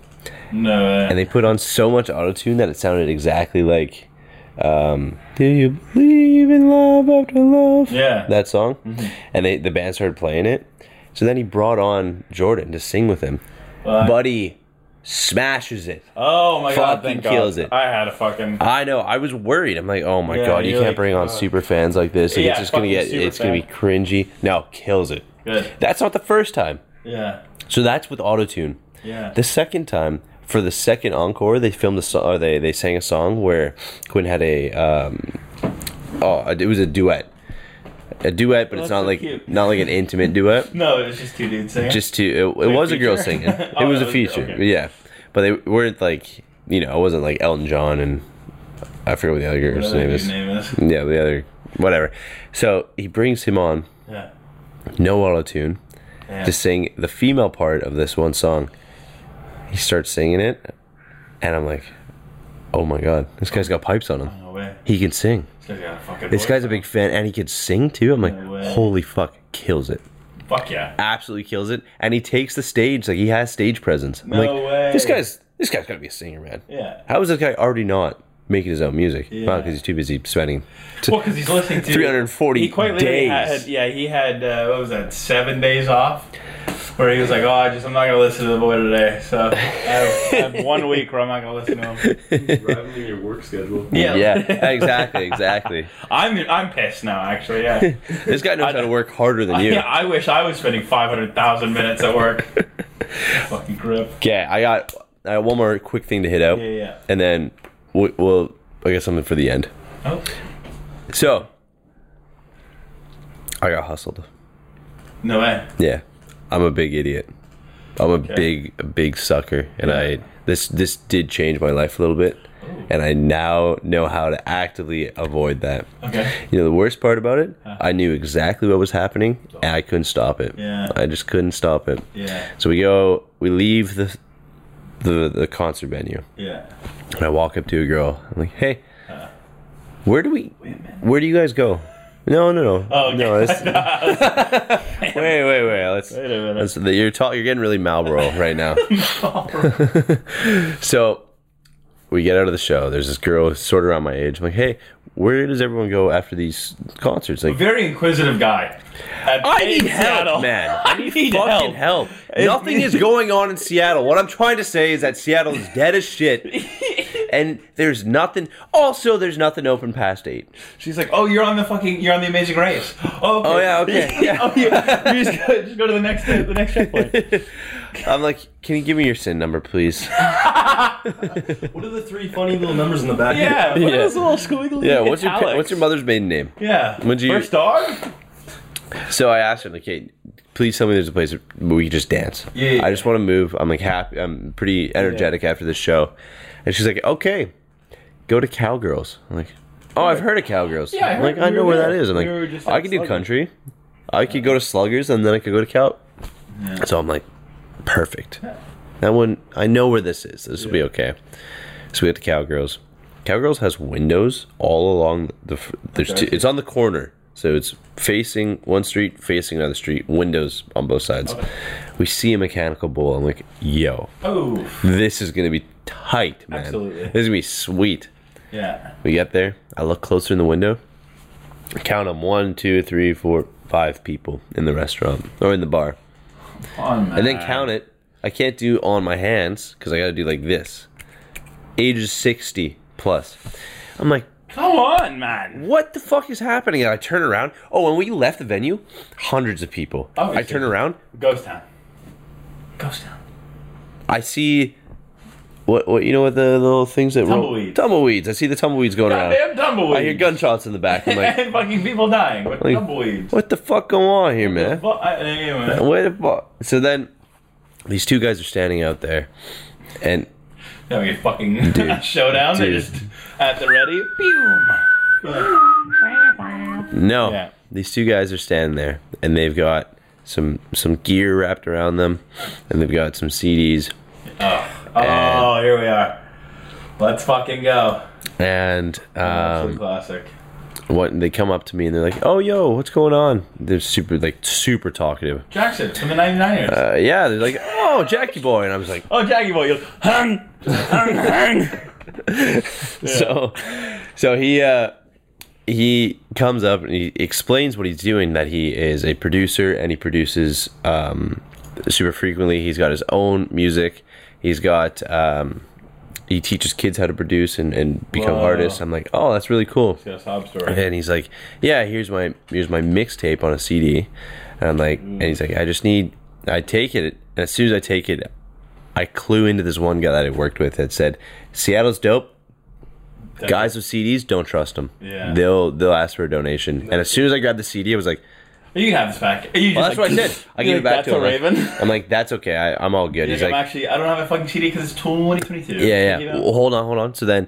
no.
and they put on so much autotune that it sounded exactly like um, do you believe in love after love
Yeah. Mm-hmm.
that song and they, the band started playing it so then he brought on jordan to sing with him buddy smashes it
oh my god,
Fucking
thank god.
kills it.
I had a fucking.
i know i was worried i'm like oh my
Yeah,
god you
you're
can't
like,
bring on
uh,
super fans like this like,
yeah,
it's just gonna
fucking
get
super
it's gonna be cringy no kills it
Good.
that's not the first time
Yeah.
So that's with autotune.
Yeah.
The second time, for the second encore, they filmed a song, or they, they sang a song where Quinn had a, um, oh, it was a duet. A duet, but
Oh,
it's
that's
not
so
like
cute.
not like an intimate duet.
no, it was just two dudes singing.
Just to it, it
Like
was a girl
feature?
singing. It
Oh,
was
that
a
was-
feature,
okay.
yeah. But they weren't like you know, it wasn't like Elton John and I forget what the other girl's
Whatever
name
dude's
is.
name is.
Yeah, the other whatever. So he brings him on,
Yeah.
no auto tune,
Yeah.
to sing the female part of this one song. He starts singing it, and I'm like, oh my god, this guy's got pipes on him.
No way.
He can sing.
This guy's got a fucking.
This
voice.
guy's a big fan, and he can sing too. I'm like,
No way.
holy fuck, kills it.
Fuck yeah.
Absolutely kills it, and he takes the stage like he has stage presence. I'm
No
like,
way.
This guy's this guy's gotta be a singer, man.
Yeah.
How is this guy already not making his own music?
Yeah.
because he's too busy spending to
Well, because he's listening to
340
He quite literally
days.
had, yeah, he had uh, what was that? Seven days off, where he was like, "Oh, I just I'm not gonna listen to the boy today." So I have, I have one week where I'm not gonna listen to him.
Rivaling your work schedule.
Yeah,
yeah, exactly, exactly.
I'm I'm pissed now, actually. Yeah,
This guy knows how to work harder than you.
yeah. I wish I was spending 500,000 minutes at work. Fucking grip.
Okay, I got I got one more quick thing to hit out,
Yeah, yeah.
and then we'll, we'll I got something for the end.
Oh,
So I got hustled.
no way.
Yeah, I'm a big idiot. I'm a big a big sucker, and I this this did change my life a little bit, and I now know how to actively avoid that.
Uh-huh. Okay.
You know the worst part about it,
Uh-huh.
I knew exactly what was happening, and I couldn't stop it.
Yeah.
I just couldn't stop it.
Yeah.
So we go, we leave the the the concert venue.
Yeah.
And I walk up to a girl. I'm like, hey, where do we, where do you guys go? No, no, no.
Oh, okay.
no. That's, wait, wait, wait. Let's.
Wait a minute.
That's, the- you're talk, You're getting really Marlboro right now. so, we get out of the show. There's this girl sort of around my age. I'm like, hey, where does everyone go after these concerts? Like,
Very inquisitive guy. At
I need
Payne, Seattle.
help, man. I need,
need
fucking help. Nothing is going on in Seattle. What I'm trying to say is that Seattle is dead as shit. And there's nothing. Also, there's nothing open past eight.
She's like, "Oh, you're on the fucking, you're on the Amazing Race." Oh, okay.
Oh yeah, okay.
oh yeah. You just, go, just go to the next, the next checkpoint.
I'm like, can you give me your sin number, please?
What are the three funny little numbers in the back?
Yeah. What
Yeah.
yeah. Is little squiggly?
Yeah. What's your pa-
italics?
What's your mother's maiden name?
Yeah.
Would you-
First dog?
So I asked her, like, hey, please tell me there's a place where we can just dance.
Yeah, yeah,
I just want to move. I'm like happy. I'm pretty energetic after this show. And she's like, okay, go to Cowgirls. I'm like, oh, I've heard of Cowgirls.
Yeah, I
I'm
heard
like
we
I know
were
where that
there.
is. I'm
We were
like,
just
I
at
could do
Sluggers.
country. I could go to Sluggers and then I could go to Cow. So I'm like, perfect. That one, I know where this is. This will be okay. So we get to Cowgirls. Cowgirls has windows all along the. f- There's two, it's on the corner, so it's facing one street, facing another street. Windows on both sides. We see a mechanical bull. I'm like, yo,
Oh.
this is gonna be tight, man.
Absolutely.
This is gonna be sweet.
Yeah.
We get there. I look closer in the window. I count them one, two, three, four, five people in the restaurant or in the bar
On
and then count it. I can't do on my hands because I got to do like this. Ages 60 plus. I'm like,
Come on, man.
what the fuck is happening? And I turn around. Oh, when we left the venue, hundreds of people. I
Obviously.
turn around.
Ghost town. Ghost town.
I see what what you know what the little things that roll
Tumbleweeds.
tumbleweeds. I see the tumbleweeds going around.
Goddamn tumbleweed.
I hear gunshots in the back. I'm like,
and fucking people dying with
Like-
tumbleweeds.
what the fuck going on here, man?
Well, I, anyway.
What the fuck? So then, these two guys are standing out there, and
Now we get fucking showdown. They're
Dude.
just at the ready.
No.
Yeah.
These two guys are standing there and they've got some some gear wrapped around them and they've got some CDs
Oh, here we are. Let's fucking go.
and
Absolute
um,
classic.
what and they come up to me and they're like, "Oh yo, what's going on?" They're super like super talkative.
Jackson from the 99ers.
Uh, yeah, they're like, "Oh, Jackie boy." And I was like,
oh, Jackie Boy. You're, hung, hung, hung.
so so he uh he comes up and he explains what he's doing that he is a producer and he produces um super frequently he's got his own music he's got um he teaches kids how to produce and, and become
Wow.
artists i'm like oh that's really cool
Got a sob story.
and he's like yeah here's my here's my mixtape on a cd and i'm like and he's like i just need I take it, and as soon as I take it, I clue into this one guy that I worked with that said, "Seattle's dope.
That-
Guys with CDs, don't trust them.
Yeah.
They'll they'll ask for a donation." And as soon as I grabbed the CD, I was like,
You can have this back. You
well,
just,
"That's
like,
what I said. I
you're
gave
like,
it back
that's
to him."
a raven.
I'm like, "That's okay. I, I'm all good."
Yeah,
He's
I'm
like,
actually, I don't have a fucking CD because it's 2022.
"Yeah,
You
yeah.
know?
Well, hold on, hold on." So then.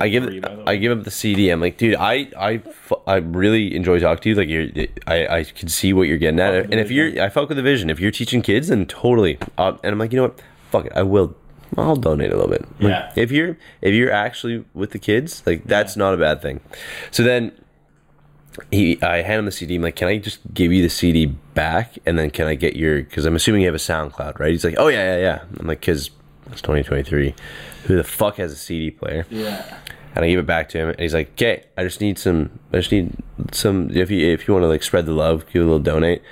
I give
2023, by the way.
I give up the CD. I'm like, dude, I I, fu- I really enjoy talking to you. Like, you're, I I can see what you're getting at,
with
and
the
if you're, I fuck with the vision. If you're teaching kids, then totally. Uh, and I'm like, you know what? Fuck it, I will. I'll donate a little bit. Like,
Yeah.
If you're if you're actually with the kids, like that's not a bad thing. So then. He, I hand him the CD. I'm like, "Can I just give you the CD back, and then can I get your?" Because I'm assuming you have a SoundCloud, right? He's like, "Oh yeah, yeah, yeah." I'm like, "Cause it's 2023. Who the fuck has a CD player?"
yeah.
and I gave it back to him, and he's like, "Okay, I just need some. I just need some. If you if you want to like spread the love, give a little donate."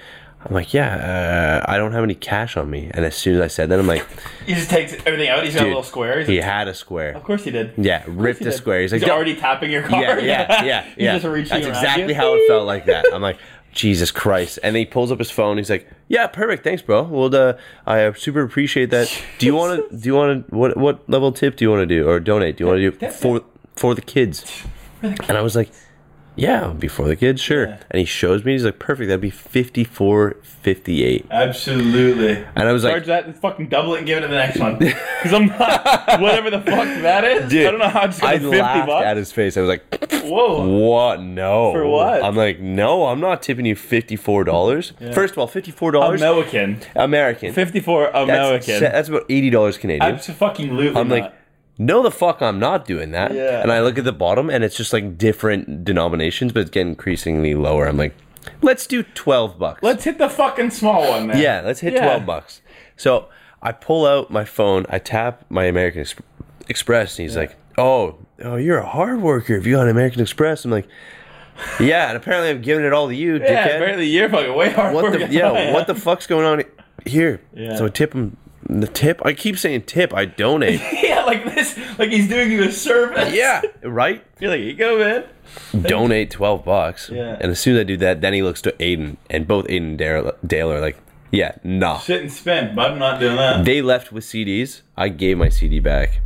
I'm like, "Yeah, uh, I don't have any cash on me." And as soon as I said that, I'm like,
He just takes everything out. He's got a
Dude,
little square. He's
"He
like,
had a square."
of course he did.
Yeah,
Of course
ripped
he
a
did.
square. He's like,
he's
"No."
already tapping your card.
yeah, yeah, yeah,
he's
yeah.
just reaching
That's
around
exactly
you.
how it felt like that. I'm like, Jesus Christ. And then he pulls up his phone. He's like, Yeah, perfect. Thanks, bro. Well, uh, I super appreciate that. Do you want to? Do you want to? What what level tip do you want to do or donate? Do you want to do for for the kids? And I was like, Yeah, before the kids, sure. And he shows me. He's like, Perfect. That'd be fifty four fifty eight.
Absolutely.
And I was
Charge
like,
that and fucking double it and give it to the next one. Because I'm not, whatever the fuck that is.
Dude,
I don't know how it's
I
going to 50
laughed at
bucks.
his face. I was like.
Whoa.
What? No.
For what?
I'm like, no, I'm not tipping you fifty-four dollars. First of all, fifty-four dollars
American.
American.
54
That's,
American.
se- that's about eighty dollars Canadian.
Absolutely.
I'm like, no, the fuck, I'm not doing that.
Yeah.
And I look at the bottom, and it's just like different denominations, but it's getting increasingly lower. I'm like, let's do twelve bucks.
let's hit the fucking small one then.
Yeah, let's hit
Yeah.
12 bucks. So I pull out my phone, I tap my American Ex- Express, and he's like, Oh, oh, you're a hard worker if you got an American Express. I'm like, Yeah, and apparently I'm giving it all to you,
Yeah,
dickhead.
apparently you're fucking way hard
what the yeah, what the fuck's going on here?
Yeah.
So I tip him the tip. I keep saying tip, I donate.
yeah, like this, like he's doing you a service.
yeah, right?
You're like, you go, man.
Donate 12 bucks.
Yeah.
And as soon as I do that, then he looks to Aiden, and both Aiden and Dale, Dale are like, Yeah, nah.
Shit and spin, but I'm not doing that.
They left with CDs. I gave my CD back.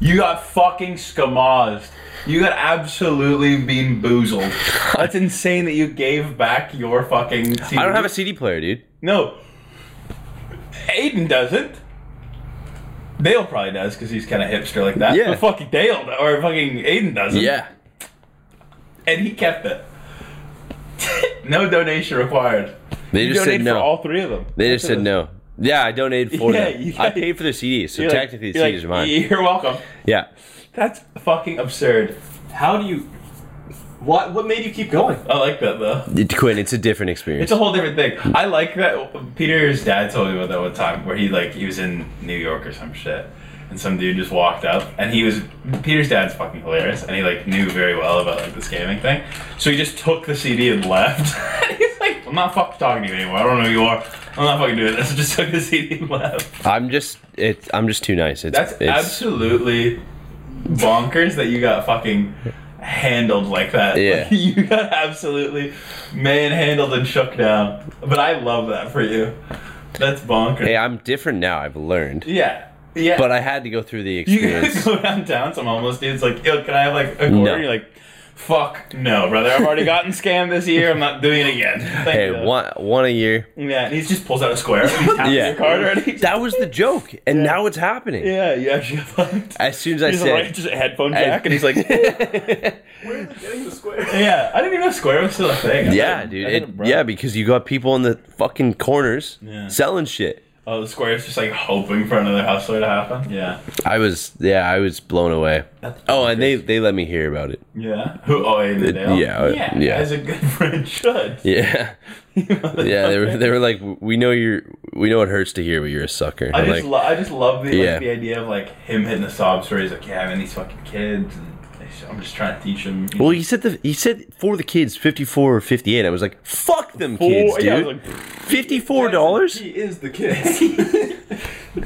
You got fucking skamazed. You got absolutely bean boozled. That's insane that you gave back your fucking. CD.
I don't have a CD player, dude.
No. Aiden doesn't. Dale probably does because he's kind of hipster like that.
Yeah.
But fucking Dale or fucking Aiden doesn't.
Yeah.
And he kept it. no donation required.
They just said
donated
no.
for all three of them.
they just said no. Yeah, I donated for
Yeah,
them.
you-
I paid for their CDs, so
You're like-
technically the
you're
CDs
like,
are mine.
You're welcome.
yeah.
That's fucking absurd.
How do you? What what made you keep going?
I like that though.
It, Quinn, it's a different experience.
It's a whole different thing. I like that. Peter's dad told me about that one time where he like he was in New York or some shit, and some dude just walked up and he was Peter's dad's fucking hilarious and he like knew very well about like this gaming thing, so he just took the CD and left. And He's like, I'm not fucking talking to you anymore. I don't know who you are. I'm not fucking doing this. I just took the CD and left.
I'm just it's I'm just too nice. It's,
That's
it's
absolutely bonkers that you got fucking handled like that.
Yeah.
you got absolutely manhandled and shook down. But I love that for you. That's bonkers.
Hey, I'm different now. I've learned.
yeah. Yeah.
But I had to go through the
you guys
experience.
go downtown some homeless dude's like, yo, can I have like a quarter?
No.
You're like, fuck no, brother. I've already gotten scammed this year. I'm not doing it again. Thank
Hey,
you.
one one a year.
Yeah, and he just pulls out a square. He's tapped
Yeah.
your card already.
That was the joke, and now it's happening.
Yeah, you actually got fucked.
As soon as I
He's
said,
right, just a headphone jack, and he's like,
Getting the square.
Yeah, I didn't even know Square was still a thing. I
yeah,
thought-
dude,
I
it,
thought it broke.
yeah, because you got people in the fucking corners
Yeah.
selling shit.
Oh, the Square's just like hoping for another hustler to happen. Yeah.
I was yeah, I was blown away. Oh, and they they let me hear about it.
Yeah. Who? Oh, Aiden and Dale.
yeah, uh,
yeah.
yeah.
As a good friend should.
Yeah. Yeah, they were they were like we know you're we know it hurts to hear but you're a sucker.
I
I'm
just,
like
lo- I just love the like,
Yeah.
the idea of like him hitting the sob story. He's like, yeah, I'm in these fucking kids, and I'm just trying to teach them.
well, he said the he said for the kids fifty four or fifty eight. I was like, fuck them kids,
yeah, I
dude.
was like,
Fifty four dollars?
He is the kid.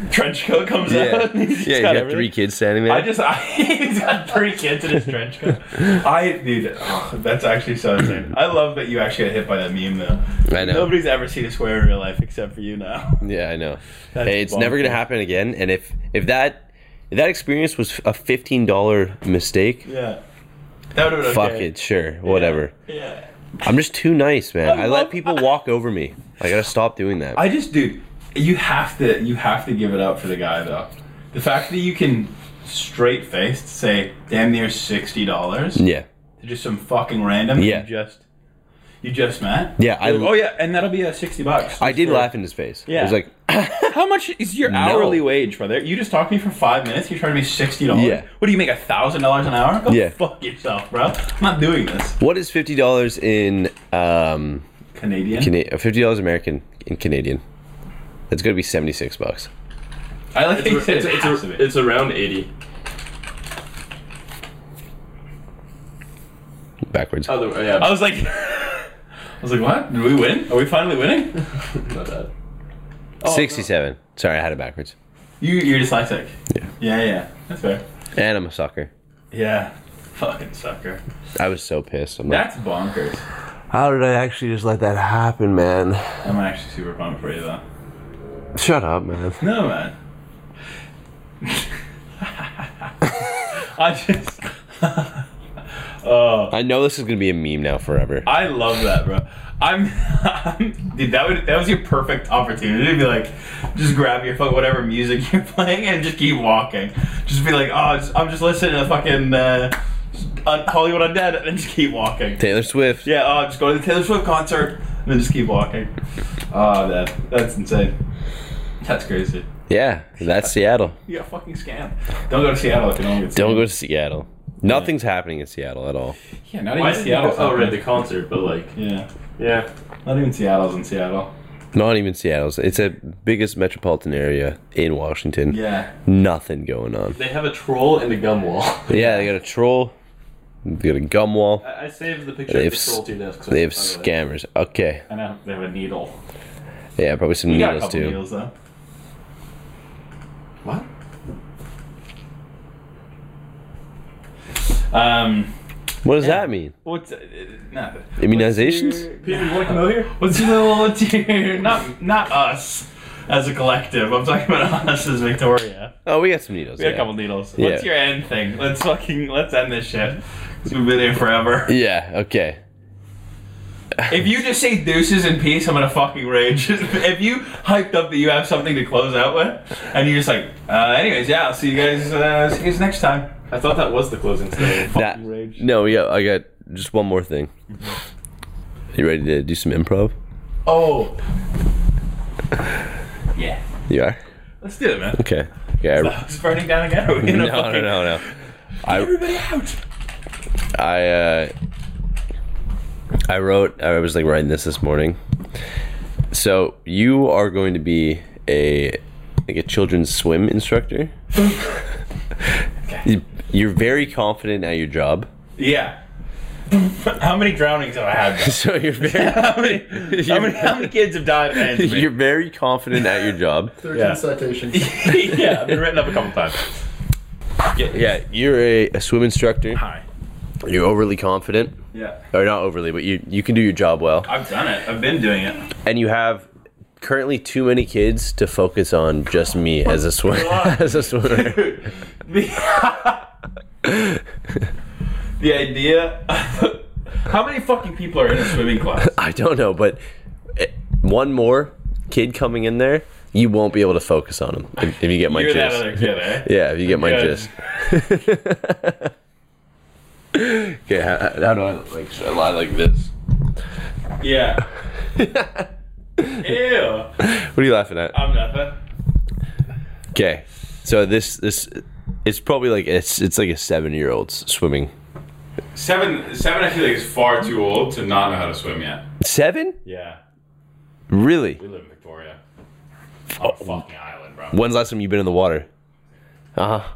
trench coat comes
Yeah,
out.
yeah.
and he's
He's got three kids standing there.
I just, I, he's got three kids in his trench coat. I, dude, oh, that's actually so insane. I love that you actually got hit by that meme though.
I know.
Nobody's ever seen a swear in real life except for you now.
yeah, I know.
That's
Hey, it's never
bonkers.
gonna happen again. And if if that if that experience was a fifteen dollar mistake,
Yeah. That would have been
fuck
okay.
it, sure, whatever.
Yeah.
I'm just too nice, man.
I
I, let
love-
people walk over me. I gotta stop doing that.
I just, dude, you have to, you have to give it up for the guy though. The fact that you can straight faced say damn near sixty dollars
yeah,
to just some fucking random.
Yeah.
You just, you just met.
Yeah, I-
You're like, oh yeah, and that'll be a sixty bucks.
I did
For-
laugh in his face. Yeah, I
Yeah.
was like,
How much is your hourly wage, brother? You just talked to me for five minutes. You're trying to be sixty dollars.
Yeah.
What do you make a thousand dollars an hour? Go
Yeah.
Fuck yourself, bro. I'm not doing this.
"What is fifty dollars in um
Canadian.
Cana- uh, fifty dollars American in Canadian? That's gonna be seventy six bucks.
I like that you
It's,
said
it's,
it
it's,
has to
a-
be.
it's around 80.
Backwards.
Other, yeah,
I was like, I was like, what? Did we win? Are we finally winning?
not bad.
Sixty seven. Sorry, I had it backwards.
You, you're dyslexic.
Yeah.
Yeah, yeah. That's fair.
And I'm a sucker.
Yeah. Fucking sucker.
I was so pissed. I'm like,
That's bonkers.
How did I actually just let that happen, man?
I'm actually super pumped for you, though.
Shut up, man.
No, man. I just. oh,
I know this is gonna be a meme now forever.
I love that, bro. I'm, I'm, dude. That would that was your perfect opportunity to be like, just grab your fuck whatever music you're playing and just keep walking. Just be like, oh, it's- I'm just listening to fucking uh, Un- Hollywood Undead and just keep walking.
Taylor Swift.
Yeah, uh, just go to the Taylor Swift concert and then just keep walking. Oh, that that's insane. That's crazy.
Yeah, that's Seattle.
You got fucking scammed. Don't go to Seattle if you don't get
Don't
scammed.
go to Seattle. Nothing's happening in Seattle at all.
Yeah, not
Why
even
did
Seattle.
Seattle? Oh, right, the concert, but like,
Yeah,
yeah.
not even Seattle's in Seattle.
Not even Seattle. It's a biggest metropolitan area in Washington.
Yeah,
Nothing going on.
They have a troll and a gum wall.
Yeah, they got a troll. They got a gum wall.
I, I saved the picture
They
of
have,
the troll too now. 'cause I
they have
found it later.
scammers. Okay.
I know they have a needle.
Yeah, probably some
We got a
needles
couple
too.
needles though.
What?
Um,
What does that mean?
what's uh, not
Immunizations?
Peter, you want to know here?
What's your what's your not not us as a collective? I'm talking about us as Victoria.
Oh, we got some needles.
We got
yeah.
a couple needles.
Yeah.
What's your end thing? Let's fucking let's end this shit. 'Cause We've been here forever.
Yeah, okay.
If you just say deuces in peace, I'm gonna fucking rage. if you hyped up that you have something to close out with, and you're just like, uh, anyways, yeah, I'll see you guys, uh, see you guys next time.
I thought that was the closing statement.
That,
rage. Mm-hmm.
no, yeah, I got just one more thing. You ready to do some improv?
Oh, yeah.
You are?
Let's do it, man.
Okay. Yeah. I-
It's burning down again. Are we
No,
gonna
no,
fucking-
no, no. I,
Everybody out.
I, uh, I wrote. I was like writing this this morning. So you are going to be a like a children's swim instructor. You- You're very confident at your job,
Yeah. How many drownings have I had?
so you're very
how, many, how many? How many kids have died? at hands of me?
you're very confident at your job.
13
Yeah.
citations.
yeah, I've been written up a couple times.
Yeah, you're a, a swim instructor.
Hi.
You're overly confident,
Yeah.
or not overly, but you you can do your job well.
I've done it. I've been doing it.
and you have currently too many kids to focus on just me as a swimmer. as a swimmer.
the the idea. How many fucking people are in a swimming class?
I don't know, but eh, one more kid coming in there, you won't be able to focus on him if, if you get my
You're that
gist.
other kid, eh?
Yeah, if you get my
Good.
gist. okay, how, how do I look like? Should I lie like this?
Yeah. Ew.
What are you laughing at?
I'm nothing.
Okay, so this this it's probably like it's it's like a seven year old's swimming.
Seven. Seven. I feel like is far too old to not know how to swim yet.
Seven?
Yeah.
Really?
We live in Victoria. On a fucking island, bro.
When's the last time you've been in the water? Uh huh.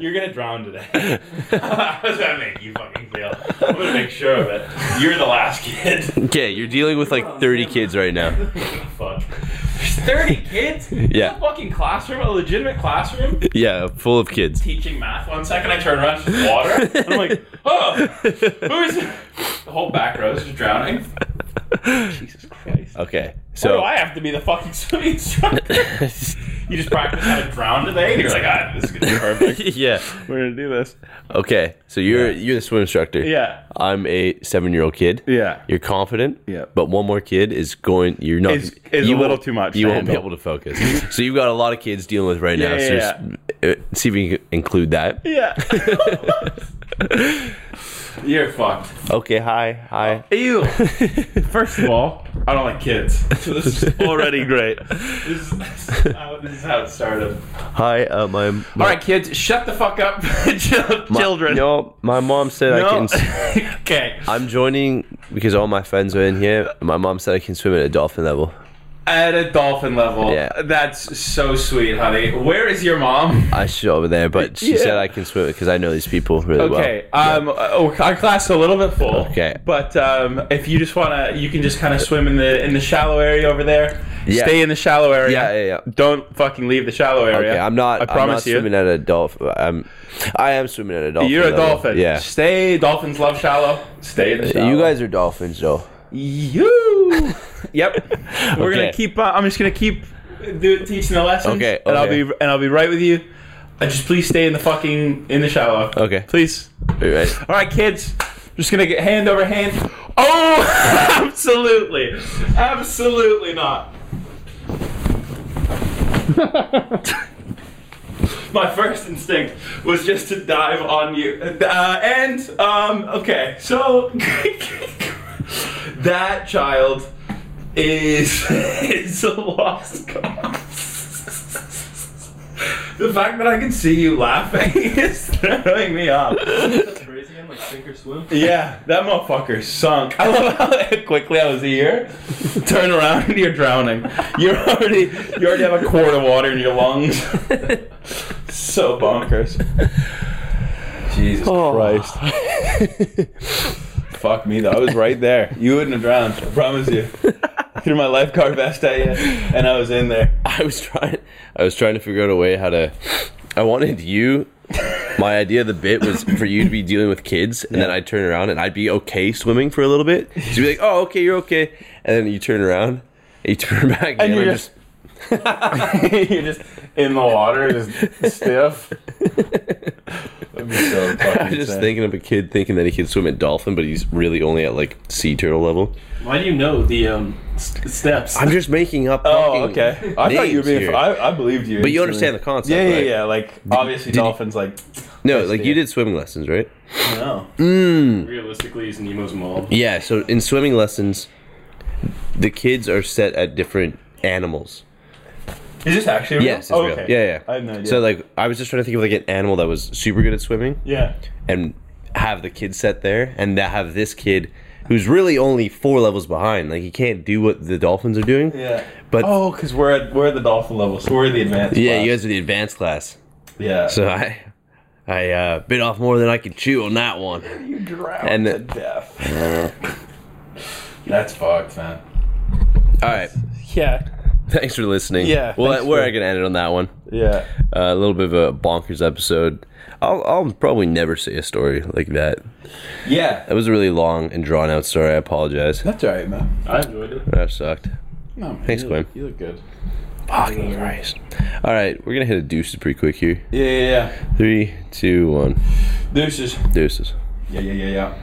You're gonna drown today. How's that make you fucking feel? I'm gonna make sure of it. You're the last kid.
Okay, you're dealing with like 30 kids right now.
Fuck. There's Thirty kids?
Yeah.
A fucking classroom, a legitimate classroom,
Yeah, full of kids.
teaching math. One second, I turn around, it's just water. And I'm like, oh, who's the whole back row is just drowning? Jesus Christ.
Okay,
So
so
do I have to be the fucking swimming instructor? you just practice how to drown today, and you're like, ah, this is gonna be perfect.
yeah.
We're gonna do this.
Okay, so you're you're the swim instructor.
Yeah.
I'm a seven year old kid.
Yeah.
You're confident.
Yeah.
But one more kid is going. You're not.
Is- is a
you
little
won't-
too much
You
to
won't be
handle.
able to focus. so you've got a lot of kids dealing with right now.
Yeah,
so
yeah,
just, uh, see if you can include that.
Yeah.
You're fucked.
Okay. Hi. Hi.
Ew.
First of all, I don't like kids. So this is
Already great.
this is, this is how, this is how it started.
Hi. Uh, my. my
All right, kids, shut the fuck up. Chill-
my-
children.
No, my mom said I
No.
can. s-
okay,
I'm joining because all my friends are in here. My mom said I can swim at a dolphin level.
at a dolphin level.
Yeah.
That's so sweet, honey. Where is your mom?
I should over there, but she
Yeah.
said I can swim because I know these people really well.
Okay, um, uh, our class is a little bit full.
Okay.
but um, if you just wanna, you can just kind of swim in the in the shallow area over there.
Yeah.
Stay in the shallow area.
Yeah, yeah, yeah.
Don't fucking leave the shallow area.
Okay, I'm not.
I
am
promise
not
you.
Swimming at a dolphin. I'm. I am swimming at a dolphin.
You're a
level.
dolphin.
Yeah.
Stay. Dolphins love shallow. Stay in the shallow.
You guys are dolphins, though.
You. yep. We're
Okay.
gonna keep. Uh, I'm just gonna keep do, teaching the lessons.
Okay,
And I'll
okay.
be and I'll be right with you. Uh, just please stay in the fucking in the shallow.
Okay.
Please.
All right.
All right, kids. Just gonna get hand over hand. Oh, absolutely, absolutely not. My first instinct was just to dive on you, uh, and um, okay, so that child is is a lost cause. The fact that I can see you laughing is throwing me off.
like sink or swim.
Yeah, that motherfucker sunk. I love how quickly I was here. Turn around and you're drowning. You're already you already have a quart of water in your lungs. so bonkers. Jesus
Oh.
Christ. Fuck me though. I was right there. You wouldn't have drowned, I promise you. Threw my lifeguard vest at you and I was in there.
I was trying. I was trying to figure out a way how to. I wanted you. My idea of the bit was for you to be dealing with kids, and then I'd turn around and I'd be okay swimming for a little bit. So you'd be like, "Oh, okay, you're okay," and then you turn around, and you turn back, and,
you're
I'm
just- You're just in the water, just stiff. That'd be so fucking
I'm just
insane.
thinking of a kid thinking that he can swim at dolphin, but he's really only at like sea turtle level.
Why do you know the um, st- steps?
I'm just making up.
Oh,
fucking
okay. I thought you were
names
being.
here.
I, I believed you.
But you
instantly.
understand the concept,
Yeah, yeah,
right?
yeah. Like obviously,
did you-
dolphins. like
No, like you did swimming lessons, right?
no.
Realistically, he's Nemo's mom.
Yeah, so in swimming lessons, the kids are set at different animals.
Is this actually? Real?
Yes, it's
Oh,
real.
okay.
Yeah, yeah.
I have no idea.
So like, I was just trying to think of like an animal that was super good at swimming,
yeah.
and have the kid set there, and to have this kid who's really only four levels behind. Like he can't do what the dolphins are doing.
Yeah.
But
Oh, because we're at we're at the dolphin level, so we're the advanced.
yeah,
class.
you guys are the advanced class,
Yeah.
so I. I uh, bit off more than I could chew on that one.
you drown
and
to
the-
death. That's fucked, man.
All right,
Yeah.
thanks for listening.
Yeah,
well,
thanks
we're
for-
gonna end it on that one. Uh,
Yeah.
a little bit of a bonkers episode. I'll, I'll probably never say a story like that.
Yeah.
That was a really long and drawn out story. I apologize.
That's alright, man.
I enjoyed it.
That sucked.
No, man.
Thanks,
you
Quinn.
look- You look good.
Fucking Christ. All right, we're gonna hit a deuces pretty quick here.
Yeah, yeah, yeah.
Three, two, one.
Deuces.
Deuces.
Yeah, yeah, yeah, yeah.